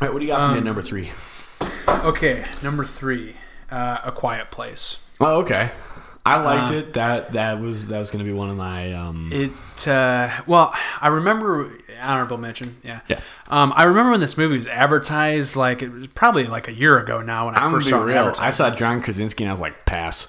S1: All right, what do you got for
S2: Um,
S1: me at number three?
S2: Okay, number three, uh, A Quiet Place.
S1: Oh, okay. I
S2: Uh,
S1: liked it. That that was that was going to be one of my. Um,
S2: It uh, well, I remember honorable mention. Yeah,
S1: Yeah.
S2: Um, I remember when this movie was advertised. Like it was probably like a year ago now when I
S1: I'm
S2: first
S1: gonna
S2: saw
S1: be
S2: it
S1: real.
S2: advertised.
S1: I saw John Krasinski and I was like, pass.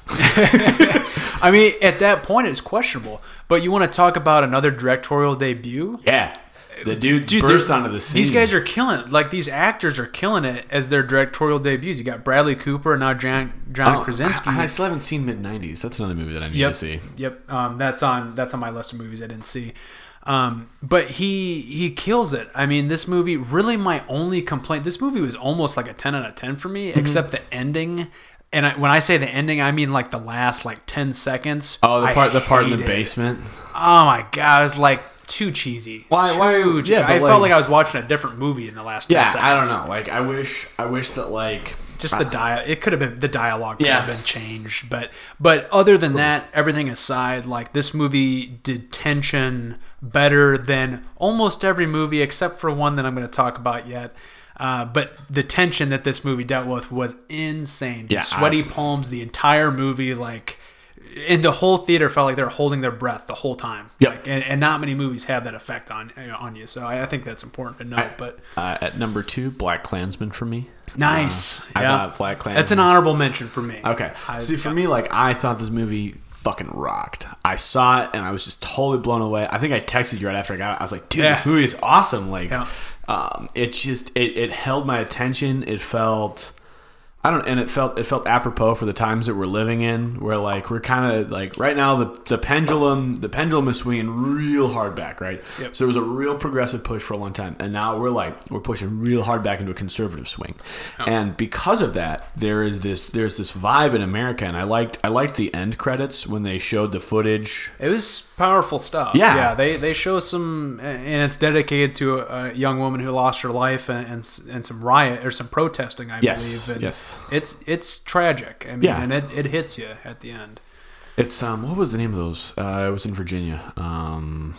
S2: I mean, at that point, it's questionable. But you want to talk about another directorial debut?
S1: yeah, the dude,
S2: Dude,
S1: burst
S2: they're-
S1: onto the scene.
S2: These guys are killing it. Like these actors are killing it as their directorial debuts. You got Bradley Cooper and now John John
S1: Oh,
S2: Krasinski.
S1: I, I still haven't seen mid '90s. That's another movie that I need to see.
S2: Yep. Um, that's on that's on my list of movies I didn't see. Um, but he he kills it. I mean, this movie really my only complaint. This movie was almost like a ten out of ten for me,
S1: Mm-hmm.
S2: except the ending. And I, when I say the ending, I mean like the last like ten seconds.
S1: Oh, the
S2: I
S1: part the part in the
S2: hated.
S1: basement.
S2: Oh my god, it was like too cheesy.
S1: Why-
S2: Too
S1: why-
S2: che-
S1: yeah, but
S2: I
S1: like-
S2: felt like I was watching a different movie in the last. 10
S1: Yeah,
S2: seconds.
S1: I don't know. Like I wish I wish that like
S2: just the dia it could have been the dialogue could
S1: Ah. Yeah.
S2: have been changed but but other than that everything aside like this movie did tension better than almost every movie except for one that i'm going to talk about yet uh, but the tension that this movie dealt with was insane
S1: Yeah,
S2: sweaty
S1: I-
S2: palms the entire movie like and the whole theater felt like they were holding their breath the whole time
S1: Yep.
S2: Like, and, and not many movies have that effect on on you so i, I think that's important to note but
S1: uh, at number two, Black Klansman for me.
S2: nice
S1: I
S2: yeah
S1: thought Black Klansman.
S2: that's an honorable mention for me
S1: Okay.
S2: I-
S1: See, for me, like I thought this movie fucking rocked. I saw it and I was just totally blown away. I think I texted you right after I got it. I was like, dude,
S2: Yeah.
S1: this movie is awesome. Like,
S2: Yeah.
S1: um, it just it, it held my attention. It felt. I don't, and it felt it felt apropos for the times that we're living in, where like we're kind of like right now the, the pendulum the pendulum is swinging real hard back, right?
S2: Yep.
S1: So there was a real progressive push for a long time, and now we're like we're pushing real hard back into a conservative swing, and because of that, there is this there's this vibe in America, and I liked I liked the end credits when they showed the footage.
S2: It was powerful stuff.
S1: Yeah.
S2: yeah. They they show some, and it's dedicated to a, a young woman who lost her life and and, s- and some riot or some protesting, I
S1: Yes,
S2: believe. And
S1: yes.
S2: It's it's tragic. I mean,
S1: Yeah.
S2: and it, it hits you at the end.
S1: It's um what was the name of those? Uh, it was in Virginia. Um,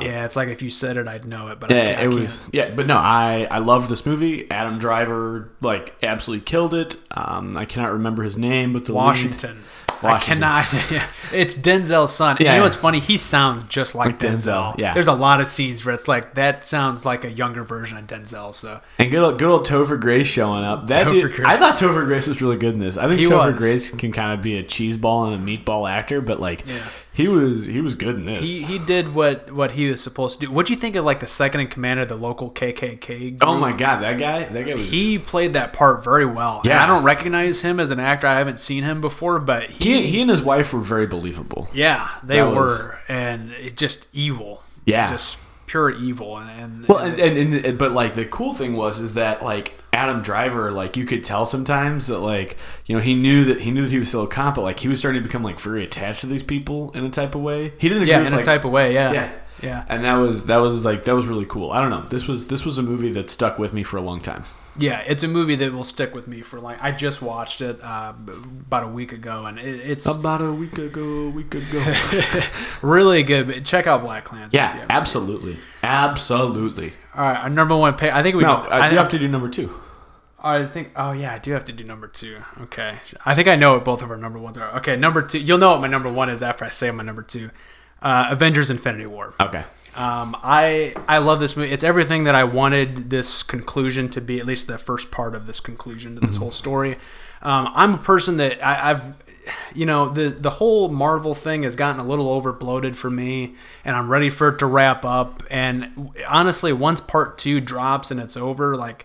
S2: yeah, it's like if you said it, I'd know it, but I
S1: Yeah,
S2: can't.
S1: it
S2: I
S1: was. Yeah, but no, I I loved this movie. Adam Driver like absolutely killed it. Um, I cannot remember his name, but the lead-
S2: Washington.
S1: Washington.
S2: I cannot. yeah. It's Denzel's son. And
S1: Yeah.
S2: you know what's funny? He sounds just like
S1: Denzel,
S2: Denzel.
S1: yeah.
S2: There's a lot of scenes where it's like that sounds like a younger version of Denzel. So
S1: and good old, good old Topher Grace showing up. That
S2: Topher
S1: dude,
S2: Grace.
S1: I thought Topher Grace was really good in this. I think
S2: He
S1: Topher
S2: was.
S1: Grace can kind of be a cheeseball and a meatball actor, but like
S2: Yeah.
S1: He was he was good in this.
S2: He, he did what, what he was supposed to do. What'd you think of like the second in command of the local KKK? Group?
S1: oh my god, that guy, that guy was. He,
S2: he played that part very well. Yeah,
S1: Yeah.
S2: I don't recognize him as an actor. I haven't seen him before, but he,
S1: he and his wife were very believable.
S2: yeah, they
S1: That
S2: were,
S1: was-
S2: and it just evil.
S1: Yeah.
S2: just pure evil, and, and
S1: Well, and, and, and, but like the cool thing was is that like Adam Driver, like you could tell sometimes that like you know he knew that he knew that he was still a cop, but like he was starting to become like very attached to these people in a type of way. He didn't agree
S2: yeah,
S1: with,
S2: in
S1: like,
S2: a type of way. Yeah,
S1: yeah
S2: yeah,
S1: And that was that was like that was really cool. I don't know. This was this was a movie that stuck with me for a long time.
S2: Yeah, It's a movie that will stick with me for like. I just watched it uh, b- about a week ago, and it, it's
S1: About a week ago, week ago.
S2: really good. Check out Black Clans. if you
S1: yeah,
S2: haven't seen
S1: absolutely, absolutely.
S2: it. All right, our number one pick. I think we.
S1: No,
S2: can-
S1: uh,
S2: I,
S1: you have to do number two.
S2: I think. Oh yeah, I do have to do number two. Okay, I think I know what both of our number ones are. Okay, number two. You'll know what my number one is after I say my number two. Uh, Avengers: Infinity War.
S1: Okay.
S2: Um, I I love this movie. It's everything that I wanted this conclusion to be, at least the first part of this conclusion to
S1: Mm-hmm.
S2: this whole story. Um, I'm a person that I, I've, you know, the the whole Marvel thing has gotten a little over bloated for me, and I'm ready for it to wrap up. And honestly, once part two drops and it's over, like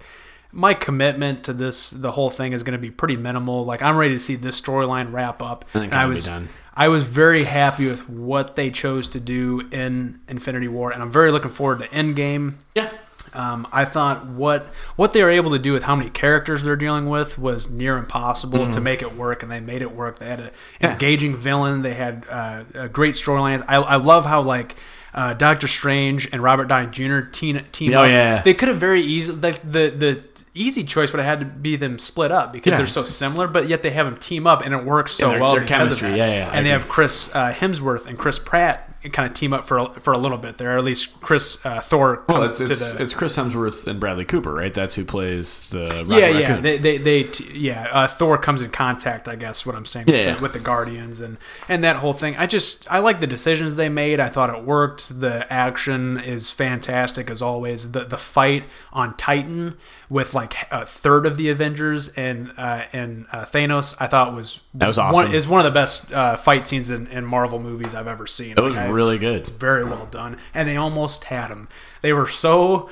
S2: my commitment to this the whole thing is going to be pretty minimal like i'm ready to see this storyline wrap up
S1: I think
S2: and i
S1: I'll be
S2: was
S1: done.
S2: I was very happy with what they chose to do in Infinity War, and I'm very looking forward to Endgame.
S1: Yeah.
S2: Um, I thought what what they were able to do with how many characters they're dealing with was near impossible
S1: Mm-hmm.
S2: to make it work, and they made it work. They had an engaging villain. They had uh, a great storyline. I, I love how like uh, Doctor Strange and Robert Downey Jr. team team
S1: Oh,
S2: up.
S1: yeah.
S2: They could have very easily like the the easy choice would have had to be them split up because
S1: Yeah.
S2: they're so similar, but yet they have them team up and it works so
S1: Yeah, their-
S2: well
S1: their
S2: because of
S1: chemistry.
S2: that.
S1: Yeah, yeah, I
S2: and they
S1: agree.
S2: have Chris uh, Hemsworth and Chris Pratt kind of team up for a, for a little bit there. At least Chris uh, Thor comes
S1: Well, it's,
S2: to
S1: it's,
S2: the.
S1: it's Chris Hemsworth and Bradley Cooper, right? That's who plays the Rocket
S2: yeah, yeah,
S1: Raccoon.
S2: they, they, they, t- yeah. Uh, Thor comes in contact, I guess. What I'm saying,
S1: Yeah,
S2: with,
S1: yeah.
S2: the, with the Guardians and and that whole thing. I just, I like the decisions they made. I thought it worked. The action is fantastic as always. The the fight on Titan with like a third of the Avengers and uh, and uh, Thanos, I thought was
S1: That was
S2: One,
S1: awesome.
S2: is one of the best uh, fight scenes in, in Marvel movies I've ever seen.
S1: That was really good.
S2: very well done, and they almost had him. They were so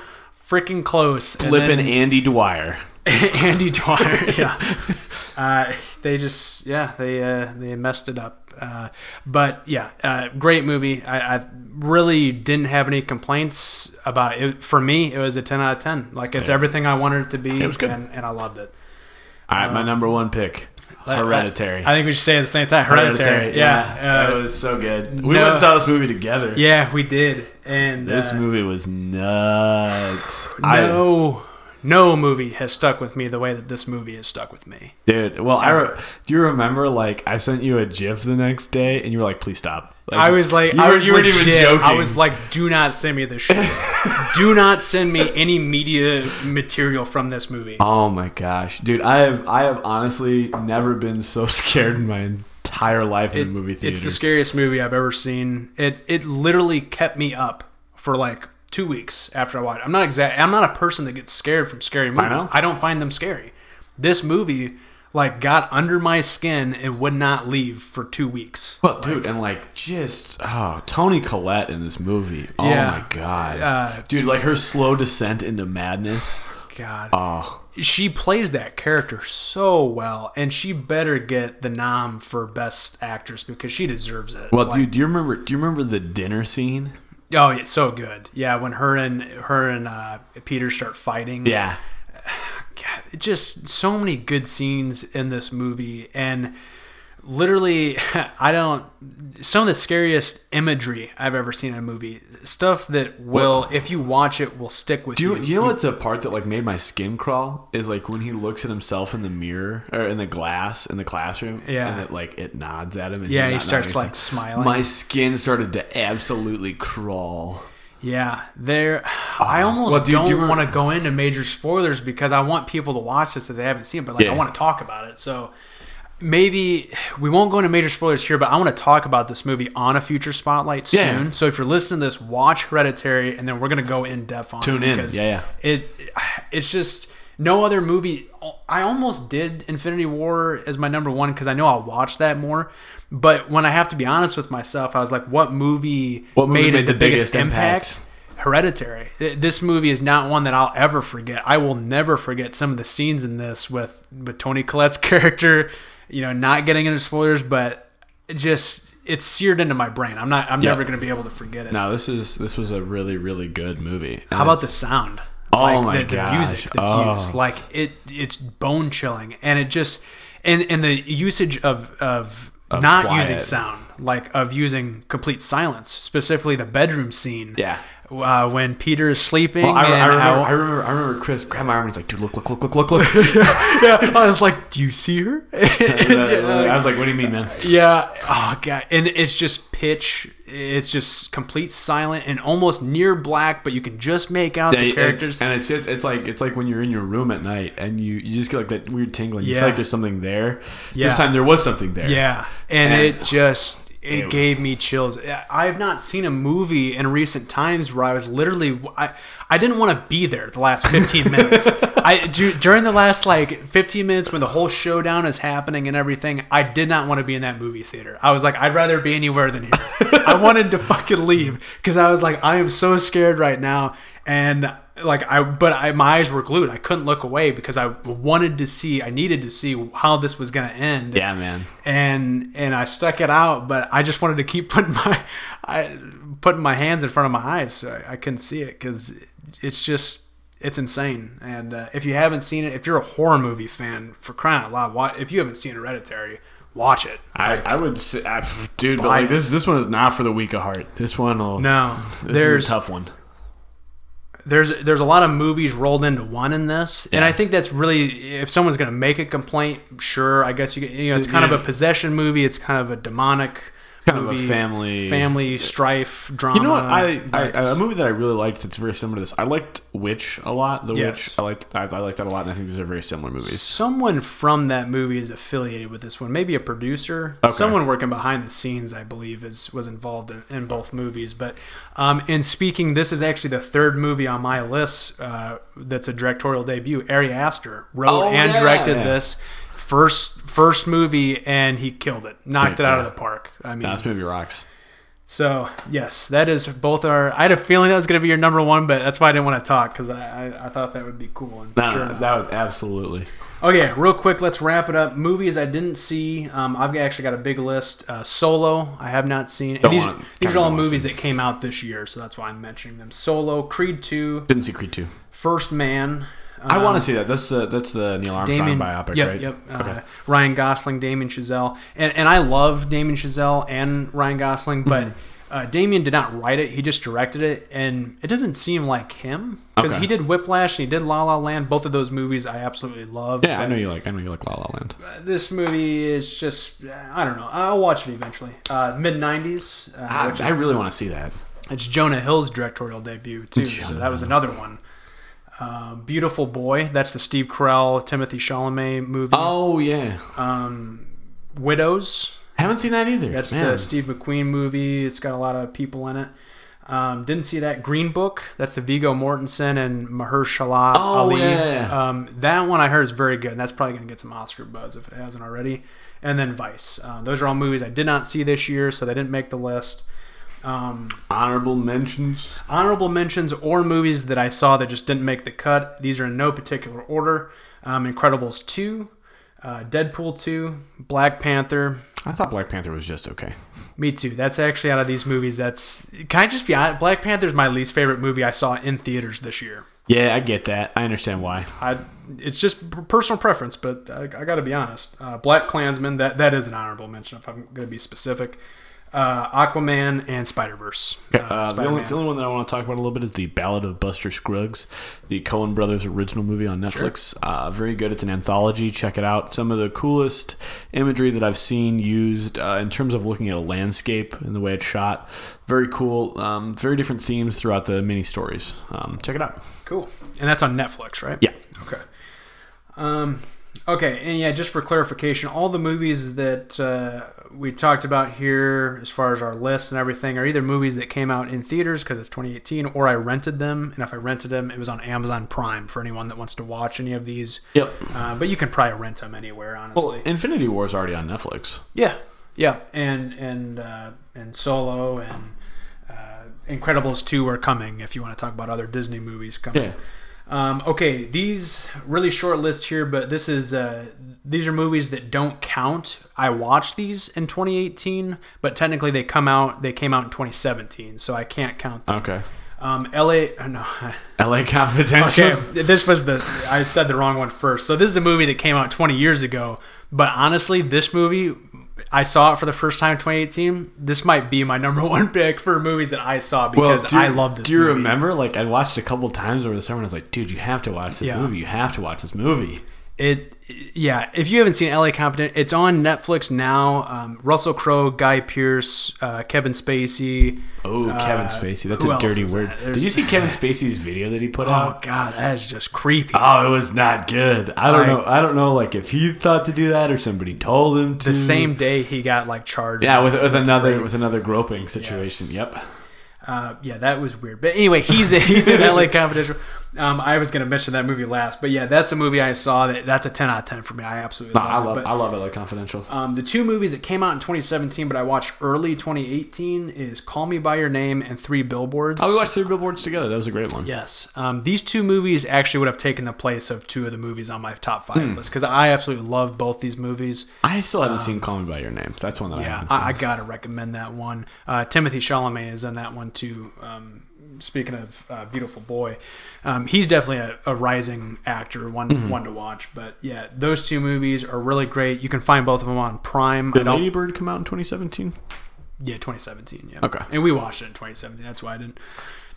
S2: freaking close. and
S1: Flippin'
S2: then-
S1: Andy Dwyer.
S2: Andy Dwyer. Yeah, uh, they just yeah they uh, they messed it up. Uh, but yeah, uh, great movie. I, I really didn't have any complaints about it. For me, it was a ten out of ten. Like it's everything I wanted it to be.
S1: It was good.
S2: and, and I loved it.
S1: All right, my number one pick, Hereditary.
S2: Uh, I, think we should say it at the same time. Hereditary. yeah,
S1: that
S2: Uh,
S1: was so good. We
S2: no-
S1: went and saw this movie together.
S2: yeah, we did. And
S1: this
S2: uh,
S1: movie was nuts. I,
S2: no, no movie has stuck with me the way that this movie has stuck with me.
S1: dude. Well, I re- do you remember? Like, I sent you a GIF the next day, and you were like, "Please stop."
S2: I was like,
S1: you
S2: I
S1: were-
S2: was
S1: you weren't
S2: legit,
S1: even joking.
S2: I was like, do not send me this shit. do not send me any media material from this movie.
S1: Oh my gosh, dude! I have I have honestly never been so scared in my entire life in a movie theater.
S2: It's the scariest movie I've ever seen. It it literally kept me up for like two weeks after I watched. I'm not exact. I'm not a person that gets scared from scary movies.
S1: know.
S2: I don't find them scary. This movie like got under my skin and would not leave for two weeks.
S1: Well, dude, and like just oh, Tony Collette in this movie. Oh
S2: Yeah.
S1: my god,
S2: Uh,
S1: dude! Like her slow descent into madness.
S2: God.
S1: Oh,
S2: she plays that character so well, and she better get the nom for best actress because she deserves it.
S1: well,
S2: Like,
S1: dude, do you remember? Do you remember the dinner scene?
S2: oh, it's so good. Yeah, when her and her and uh, Peter start fighting.
S1: Yeah,
S2: God, it just so many good scenes in this movie, and literally, I don't. Some of the scariest imagery I've ever seen in a movie. Stuff that will, if you watch it, will stick with
S1: Do you,
S2: you.
S1: you know what's the part that like made my skin crawl is like when he looks at himself in the mirror or in the glass in the classroom.
S2: Yeah.
S1: and it like it nods at him. And
S2: Yeah,
S1: he's
S2: he
S1: not
S2: starts,
S1: noticing.
S2: like, smiling.
S1: My skin started to absolutely crawl.
S2: Yeah, there. I almost
S1: Uh, Well, do you-
S2: don't
S1: do you
S2: want to go into major spoilers because I want people to watch this if they haven't seen it, but like I
S1: Yeah.
S2: want to talk about it. So maybe we won't go into major spoilers here, but I want to talk about this movie on a future spotlight
S1: Yeah.
S2: soon. So if you're listening to this, watch Hereditary, and then we're gonna go in depth on
S1: Tune
S2: it
S1: in. Yeah, yeah.
S2: It it's just no other movie. I almost did Infinity War as my number one because I know I'll watch that more. But when I have to be honest with myself, I was like, what movie
S1: What movie
S2: made,
S1: made
S2: it the,
S1: the
S2: biggest,
S1: biggest impact?
S2: impact? Hereditary. Th- This movie is not one that I'll ever forget. I will never forget some of the scenes in this with with Tony Collette's character. You know, not getting into spoilers, but it just it's seared into my brain. I'm not. I'm
S1: Yeah.
S2: never going to be able to forget it.
S1: Now this is this was a really really good movie.
S2: How about the sound?
S1: Oh
S2: like
S1: my
S2: the, the music
S1: gosh.
S2: that's
S1: Oh.
S2: used. Like it it's bone chilling and it just and and the usage of of, not
S1: quiet.
S2: using sound, like of using complete silence, specifically the bedroom scene.
S1: Yeah.
S2: Uh, when Peter is sleeping
S1: I, I,
S2: and
S1: remember,
S2: how-
S1: I remember I remember Chris grabbed my arm and he's like, dude, look, look, look, look, look, look. And uh,
S2: yeah, I was like, "Do you see her?"
S1: I was like, what do you mean, man?
S2: Yeah. Oh god. And it's just pitch. It's just complete silent and almost near black, but you can just make out
S1: Yeah,
S2: the
S1: it's-
S2: characters.
S1: and it's just, it's like it's like when you're in your room at night and you, you just get like that weird tingling. You
S2: Yeah.
S1: feel like there's something there.
S2: Yeah.
S1: This time there was something there.
S2: Yeah, and,
S1: And-
S2: it just it
S1: Ew.
S2: gave me chills. I have not seen a movie in recent times where I was literally I I didn't want to be there the last 15 minutes. I du- during the last like 15 minutes when the whole showdown is happening and everything, I did not want to be in that movie theater. I was like I'd rather be anywhere than here. I wanted to fucking leave cuz I was like I am so scared right now and like I but I my eyes were glued. I couldn't look away because I wanted to see I needed to see how this was going to end
S1: Yeah, man.
S2: and and I stuck it out, but I just wanted to keep putting my I, putting my hands in front of my eyes so I, I couldn't see it because it's just it's insane. And uh, if you haven't seen it, if you're a horror movie fan, for crying out loud, wa if you haven't seen Hereditary, watch it.
S1: I, I would say, I, dude, but like this this one is not for the weak of heart. This one will.
S2: no,
S1: this
S2: there's
S1: is a tough one.
S2: there's there's a lot of movies rolled into one in this, and I think that's really if someone's gonna make a complaint, sure, I guess you could- you know it's kind of
S1: Yeah.
S2: a possession movie, it's kind of a demonic.
S1: Kind of a
S2: movie,
S1: family-
S2: family strife drama.
S1: You know what? I, I,
S2: that's-
S1: a movie that I really liked that's very similar to this. I liked Witch a lot. The
S2: Yes.
S1: Witch. I liked I, I liked that a lot, and I think these are very similar movies.
S2: someone from that movie is affiliated with this one. Maybe a producer, someone working behind the scenes, I believe, is was involved in, in both movies. But um, in speaking, this is actually the third movie on my list uh, that's a directorial debut. Ari Aster wrote
S1: Oh,
S2: and
S1: yeah.
S2: directed
S1: Yeah.
S2: this first first movie, and he killed it, knocked
S1: Dude,
S2: it out
S1: yeah.
S2: of the park. I mean,
S1: Nah, this movie rocks.
S2: so yes, that is both our. I had a feeling that was going to be your number one, but that's why I didn't want to talk because I, I I thought that would be cool. And
S1: Nah,
S2: sure
S1: nah,
S2: enough.
S1: that was absolutely.
S2: Okay, real quick, let's wrap it up. Movies I didn't see. Um, I've actually got a big list. Uh, Solo, I have not seen. And
S1: Don't
S2: these
S1: want-
S2: these are
S1: kinda
S2: all
S1: don't wanna
S2: movies that came out this year, so that's why I'm mentioning them. Solo, Creed 2,
S1: Didn't see Creed two.
S2: First Man.
S1: I want
S2: um,
S1: to see that. That's the that's the Neil Armstrong
S2: Damon
S1: biopic,
S2: yep,
S1: right?
S2: Yep. Uh,
S1: Okay.
S2: Ryan Gosling, Damien Chazelle, and and I love Damien Chazelle and Ryan Gosling, but
S1: Mm-hmm.
S2: uh, Damien did not write it; he just directed it, and it doesn't seem like him because
S1: Okay.
S2: he did Whiplash and he did La La Land. Both of those movies I absolutely love.
S1: Yeah, I
S2: but-
S1: know you like. I know you like La La Land.
S2: this movie is just I don't know. I'll watch it eventually. Uh, Mid '90s, uh,
S1: I,
S2: which
S1: Ah, I really want to see that.
S2: it's Jonah Hill's directorial debut too, so that was another one. Uh, Beautiful Boy, that's the Steve Carell, Timothy Chalamet movie.
S1: Oh yeah,
S2: Widows,
S1: haven't seen that either.
S2: that's
S1: Man.
S2: the Steve McQueen movie. It's got a lot of people in it. Um, didn't see that Green Book. That's the Vigo Mortensen and Mahershala
S1: Oh,
S2: Ali.
S1: yeah.
S2: Um, that one I heard is very good, and that's probably going to get some Oscar buzz if it hasn't already. And then Vice. Uh, those are all movies I did not see this year, so they didn't make the list. Um,
S1: honorable mentions.
S2: honorable mentions or movies that I saw that just didn't make the cut. These are in no particular order. Um, Incredibles 2, uh, Deadpool 2, Black Panther.
S1: I thought Black Panther was just okay.
S2: Me too. That's actually out of these movies. That's can I just be honest? Black Panther's my least favorite movie I saw in theaters this year.
S1: Yeah, I get that. I understand why.
S2: I it's just p- personal preference, but I, I got to be honest. Uh, Black Klansman that that is an honorable mention if I'm going to be specific. Uh, Aquaman and Spider Verse. Uh,
S1: Uh, the, only, the only one that I want to talk about a little bit is the Ballad of Buster Scruggs, the Coen Brothers original movie on Netflix. Uh, very good. It's an anthology. Check it out. Some of the coolest imagery that I've seen used uh, in terms of looking at a landscape and the way it's shot. Very cool. Um, very different themes throughout the mini stories. Um, check it out.
S2: Cool. And that's on Netflix, right?
S1: Yeah.
S2: Okay. Um, okay, and yeah, just for clarification, all the movies that uh, we talked about here, as far as our list and everything, are either movies that came out in theaters because it's 2018, or I rented them. And if I rented them, it was on Amazon Prime for anyone that wants to watch any of these.
S1: Yep.
S2: Uh, but you can probably rent them anywhere, honestly.
S1: Well, Infinity War is already on Netflix.
S2: yeah. Yeah, and and uh, and Solo and uh, Incredibles two are coming. If you want to talk about other Disney movies coming.
S1: Yeah.
S2: Um, okay, these really short list here, but this is uh, these are movies that don't count. I watched these in 2018, but technically they come out they came out in 2017, so I can't count them.
S1: Okay.
S2: Um, L.A. oh, No,
S1: L.A. Confidential.
S2: okay, this was the I said the wrong one first. So this is a movie that came out 20 years ago, but honestly, this movie I saw it for the first time in 2018. This might be my number one pick for movies that I saw because
S1: do you-
S2: I love this.
S1: Do you
S2: movie.
S1: remember? Like I watched a couple times over the summer, and I was like, "Dude, you have to watch this
S2: Yeah.
S1: movie. You have to watch this movie."
S2: it yeah if you haven't seen la confident it's on netflix now um, russell crowe guy pierce uh, kevin spacey
S1: Oh, Kevin Spacey. That's
S2: who
S1: a
S2: else
S1: dirty
S2: is
S1: word.
S2: that?
S1: Did you see Kevin Spacey's video that he put
S2: oh
S1: out?
S2: god that is just creepy
S1: Oh, it was not good. I don't
S2: I-
S1: know. I don't know. Like if he thought to do that, or somebody told him to.
S2: the same day he got like charged
S1: Yeah, with, with another
S2: rape.
S1: with another groping situation. Yep.
S2: uh, yeah that was weird but anyway he's he's in la confidential um, i was going to mention that movie last but yeah that's a movie i saw that that's a 10 out of 10 for me i absolutely
S1: No,
S2: love
S1: I
S2: it
S1: love
S2: But-
S1: I love LA Confidential.
S2: Um, the two movies that came out in 2017, but I watched early 2018, is "Call Me by Your Name" and Three Billboards.
S1: Oh, we watched Three Billboards together. That was a great one.
S2: Yes, um, these two movies actually would have taken the place of two of the movies on my top five
S1: Hmm.
S2: list because I absolutely love both these movies.
S1: I still haven't seen Call Me by Your Name. That's one that Uh, I
S2: Yeah,
S1: haven't seen.
S2: I, I gotta recommend that one. Uh, Timothy Chalamet is in that one too. Um, speaking of uh, Beautiful Boy, um, he's definitely a, a rising actor, one
S1: Mm-hmm.
S2: one to watch. But yeah, those two movies are really great. You can find both of them on Prime. I
S1: Did
S2: don't-
S1: Lady Bird come out in 2017?
S2: yeah, 2017. Yeah.
S1: Okay.
S2: And we watched it in 2017. That's why I didn't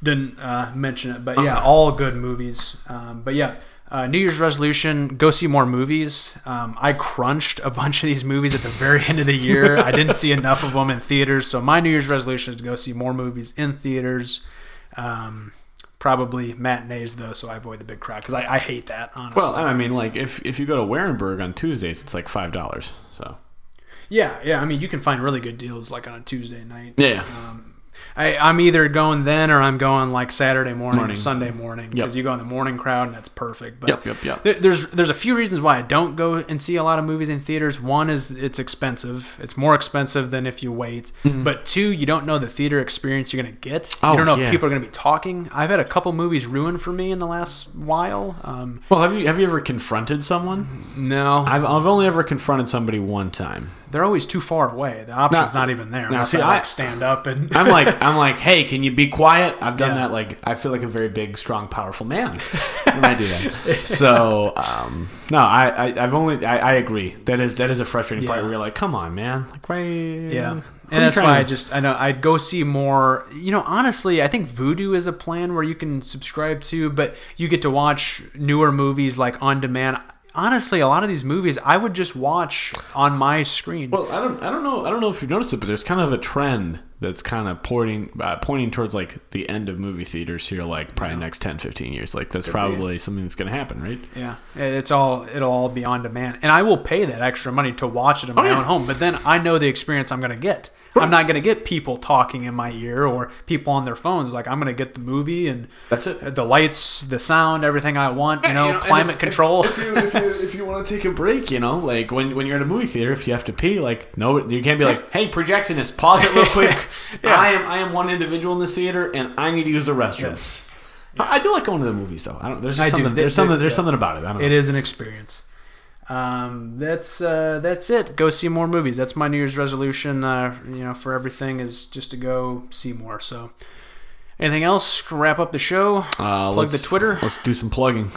S2: didn't uh, mention it. But yeah, all good movies. Um, but yeah, uh, New Year's resolution: go see more movies. Um, I crunched a bunch of these movies at the very end of the year. I didn't see enough of them in theaters, so my New Year's resolution is to go see more movies in theaters. Um, probably matinees though, so I avoid the big crowd because I, I hate that honestly.
S1: Well, I mean, like if if you go to Warenberg on Tuesdays, it's like five dollars. So
S2: yeah, yeah. I mean, you can find really good deals like on a Tuesday night.
S1: yeah,
S2: Um, I, I'm either going then or I'm going like Saturday morning,
S1: Morning.
S2: or Sunday morning because
S1: Yep.
S2: you go in the morning crowd and that's perfect. But
S1: Yep, yep, yep.
S2: there- there's there's a few reasons why I don't go and see a lot of movies in theaters. One is it's expensive. It's more expensive than if you wait. But two, you don't know the theater experience you're gonna get.
S1: Mm-hmm. Oh,
S2: you don't know
S1: yeah.
S2: if people are gonna be talking. I've had a couple movies ruined for me in the last while. Um,
S1: Well, have you have you ever confronted someone?
S2: no,
S1: I've I've only ever confronted somebody one time.
S2: they're always too far away. The option's
S1: No.
S2: not even there.
S1: No,
S2: Unless
S1: see,
S2: I,
S1: I-
S2: like, stand up and
S1: I'm like I'm like, hey, can you be quiet? I've done
S2: Yeah.
S1: that. Like I feel like a very big, strong, powerful man when I do that. So um, no, I, I I've only I, I agree that is that is a frustrating part
S2: Yeah.
S1: where you're like, come on, man, like why?
S2: Yeah.
S1: Yeah,
S2: And that's why I just I know I'd go see more. You know, honestly, I think Vudu is a plan where you can subscribe to, but you get to watch newer movies like on demand. Honestly, a lot of these movies I would just watch on my screen.
S1: Well, I don't, I don't know, I don't know if you've noticed it, but there's kind of a trend that's kind of pointing, uh, pointing towards like the end of movie theaters here, like probably next 10, 15 years. Like that's probably something that's going to happen, right?
S2: yeah, it's all it'll all be on demand, and I will pay that extra money to watch it in my
S1: Oh, yeah.
S2: own home. But then I know the experience I'm going to get. I'm not going to get people talking in my ear or people on their phones. Like I'm going to get the movie and
S1: That's it.
S2: the lights, the sound, everything I want. You know, climate control.
S1: If, you if you if you want to take a break, you know, like when when you're at a movie theater, if you have to pee, like no, you can't be like, hey, projectionist, pause it real quick.
S2: Yeah.
S1: I am I am one individual in this theater, and I need to use the restroom.
S2: Yes.
S1: I, I do like going to the movies though. I don't. There's
S2: I do.
S1: just something.
S2: They-
S1: There's something.
S2: they-
S1: There's
S2: yeah.
S1: something about it. I don't know.
S2: It is an experience. Um, that's uh, that's it. Go see more movies. That's my New Year's resolution. Uh, you know, for everything is just to go see more. So, anything else? Wrap up the show.
S1: Uh,
S2: Plug the
S1: let's-
S2: Twitter.
S1: Let's do some plugging.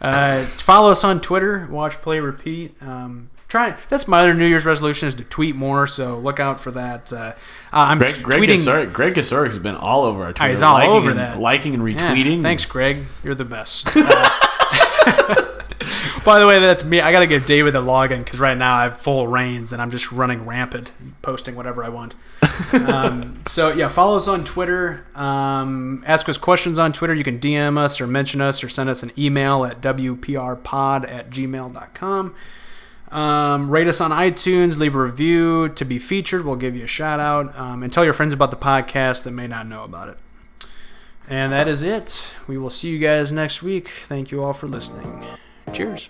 S2: Uh, follow us on Twitter. Watch, play, repeat. Um, try. That's my other New Year's resolution is to tweet more. So look out for that. Uh, I'm
S1: Greg, Greg
S2: tweeting.
S1: Gasarek, Greg Gasarek has been all over our Twitter.
S2: he's all
S1: liking
S2: over
S1: and,
S2: that.
S1: Liking and
S2: Yeah,
S1: retweeting.
S2: Thanks, Greg. You're the best. Uh, By the way, that's me. I gotta give David the login because right now I have full reins and I'm just running rampant, posting whatever I want. um, so yeah, follow us on Twitter. Um, ask us questions on Twitter. You can DM us or mention us or send us an email at wprpod at gmail.com. Um, rate us on iTunes, leave a review to be featured. We'll give you a shout out. Um, and tell your friends about the podcast that may not know about it. And that is it. We will see you guys next week. Thank you all for listening. Cheers.